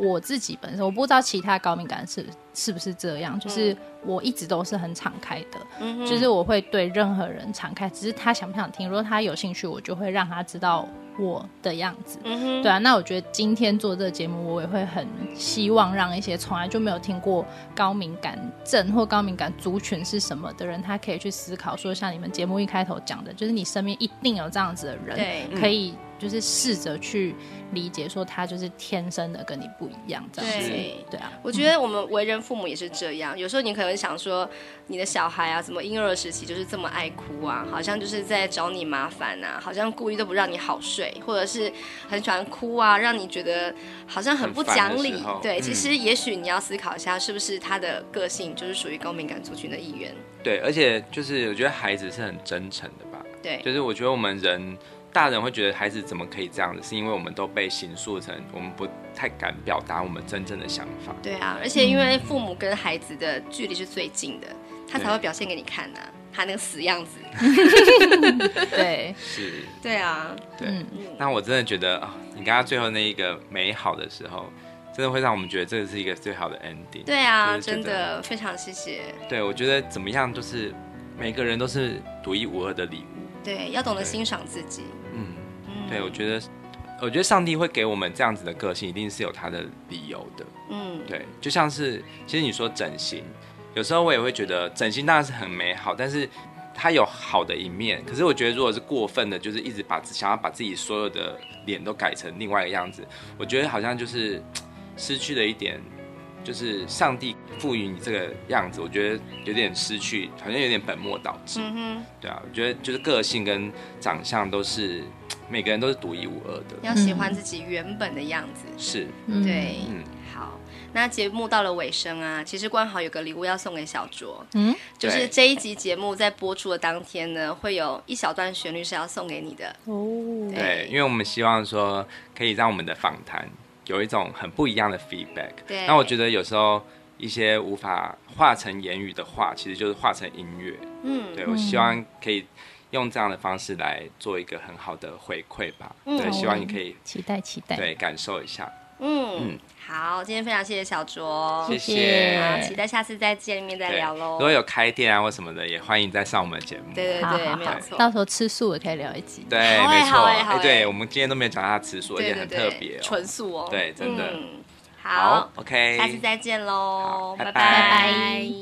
[SPEAKER 3] 我自己本身，我不知道其他高敏感是是不是这样，就是我一直都是很敞开的，
[SPEAKER 1] 嗯哼
[SPEAKER 3] 就是我会对任何人敞开，只是他想不想听。如果他有兴趣，我就会让他知道我的样子。
[SPEAKER 1] 嗯哼，
[SPEAKER 3] 对啊，那我觉得今天做这个节目，我也会很希望让一些从来就没有听过高敏感症或高敏感族群是什么的人，他可以去思考说，像你们节目一开头讲的，就是你身边一定有这样子的人，
[SPEAKER 1] 对
[SPEAKER 3] 可以就是试着去理解说他就是天生的跟你不一样这样子，
[SPEAKER 1] 对
[SPEAKER 3] 对啊，
[SPEAKER 1] 我觉得我们为人父母也是这样，有时候你可能想说，你的小孩啊，怎么婴儿时期就是这么爱哭啊，好像就是在找你麻烦啊，好像故意都不让你好睡，或者是很喜欢哭啊，让你觉得好像很不讲
[SPEAKER 2] 很烦的
[SPEAKER 1] 理
[SPEAKER 2] 时候。
[SPEAKER 1] 对，
[SPEAKER 2] 嗯
[SPEAKER 1] 其实也许你要思考一下，是不是他的个性就是属于高敏感族群的一员。
[SPEAKER 2] 对，而且就是我觉得孩子是很真诚的吧，
[SPEAKER 1] 对，
[SPEAKER 2] 就是我觉得我们人大人会觉得孩子怎么可以这样子，是因为我们都被形塑成我们不太敢表达我们真正的想法。
[SPEAKER 1] 对啊，而且因为父母跟孩子的距离是最近的，他才会表现给你看呐、啊，他那个死样子。 [LAUGHS]
[SPEAKER 3] 对，
[SPEAKER 2] 是，
[SPEAKER 1] 对啊，
[SPEAKER 2] 对。
[SPEAKER 3] 嗯
[SPEAKER 2] 那我真的觉得啊、你刚刚最后那一个美好的时候，真的会让我们觉得这个是一个最好的 ending。
[SPEAKER 1] 对啊，
[SPEAKER 2] 就是
[SPEAKER 1] 真
[SPEAKER 2] 觉得
[SPEAKER 1] 的非常谢谢。
[SPEAKER 2] 对，我觉得怎么样，就是每个人都是独一无二的礼物。
[SPEAKER 1] 对，要懂得
[SPEAKER 2] 对
[SPEAKER 1] 欣赏自己。
[SPEAKER 2] 嗯，对，我觉得，我觉得上帝会给我们这样子的个性，一定是有他的理由的。
[SPEAKER 1] 嗯，
[SPEAKER 2] 对，就像是其实你说整形，有时候我也会觉得整形当然是很美好，但是它有好的一面。可是我觉得如果是过分的，就是一直把自想要把自己所有的脸都改成另外一个样子，我觉得好像就是失去了一点就是上帝赋予你这个样子，我觉得有点失去，好像有点本末倒置。
[SPEAKER 1] 嗯哼，
[SPEAKER 2] 对啊，我觉得就是个性跟长相都是每个人都是独一无二的。
[SPEAKER 1] 要喜欢自己原本的样子。
[SPEAKER 2] 是，
[SPEAKER 3] 嗯
[SPEAKER 1] 对，
[SPEAKER 2] 嗯，
[SPEAKER 1] 好，那节目到了尾声啊，其实关好有个礼物要送给小卓，
[SPEAKER 3] 嗯，
[SPEAKER 1] 就是
[SPEAKER 2] 对
[SPEAKER 1] 这一集节目在播出的当天呢，会有一小段旋律是要送给你的。
[SPEAKER 3] 哦，
[SPEAKER 2] 对，因为我们希望说可以让我们的访谈有一种很不一样的 feedback。
[SPEAKER 1] 对
[SPEAKER 2] 那我觉得有时候一些无法化成言语的话，其实就是化成音乐。
[SPEAKER 1] 嗯，
[SPEAKER 2] 对我希望可以用这样的方式来做一个很好的回馈吧。
[SPEAKER 1] 嗯
[SPEAKER 2] 对，希望你可以
[SPEAKER 3] 期待期待，
[SPEAKER 2] 对感受一下。
[SPEAKER 1] 嗯
[SPEAKER 2] 嗯，
[SPEAKER 1] 好，今天非常谢谢小卓，
[SPEAKER 2] 谢
[SPEAKER 3] 谢
[SPEAKER 1] 好，
[SPEAKER 2] 谢。
[SPEAKER 1] 期待下次再见面再
[SPEAKER 2] 对，
[SPEAKER 1] 聊
[SPEAKER 2] 如
[SPEAKER 1] 喽。
[SPEAKER 2] 果有开店啊或什么的，也欢迎再上我们的节目。
[SPEAKER 1] 对对
[SPEAKER 3] 好
[SPEAKER 1] 对，
[SPEAKER 3] 好
[SPEAKER 1] 没
[SPEAKER 3] 好
[SPEAKER 1] 有错。
[SPEAKER 3] 到时候吃素也可以聊一集。
[SPEAKER 2] 对，
[SPEAKER 1] 好欸
[SPEAKER 2] 没错。
[SPEAKER 1] 好
[SPEAKER 2] 哎
[SPEAKER 1] 欸好欸
[SPEAKER 2] 对我们今天都没有讲到它的次数，而
[SPEAKER 1] 对
[SPEAKER 2] 且
[SPEAKER 1] 对
[SPEAKER 2] 很
[SPEAKER 1] 对，
[SPEAKER 2] 特别哦。
[SPEAKER 1] 纯素哦。
[SPEAKER 2] 对真的
[SPEAKER 1] 嗯，好
[SPEAKER 2] 好，，OK，
[SPEAKER 1] 下次再见喽
[SPEAKER 2] 好，拜
[SPEAKER 1] 拜
[SPEAKER 2] 拜
[SPEAKER 1] 拜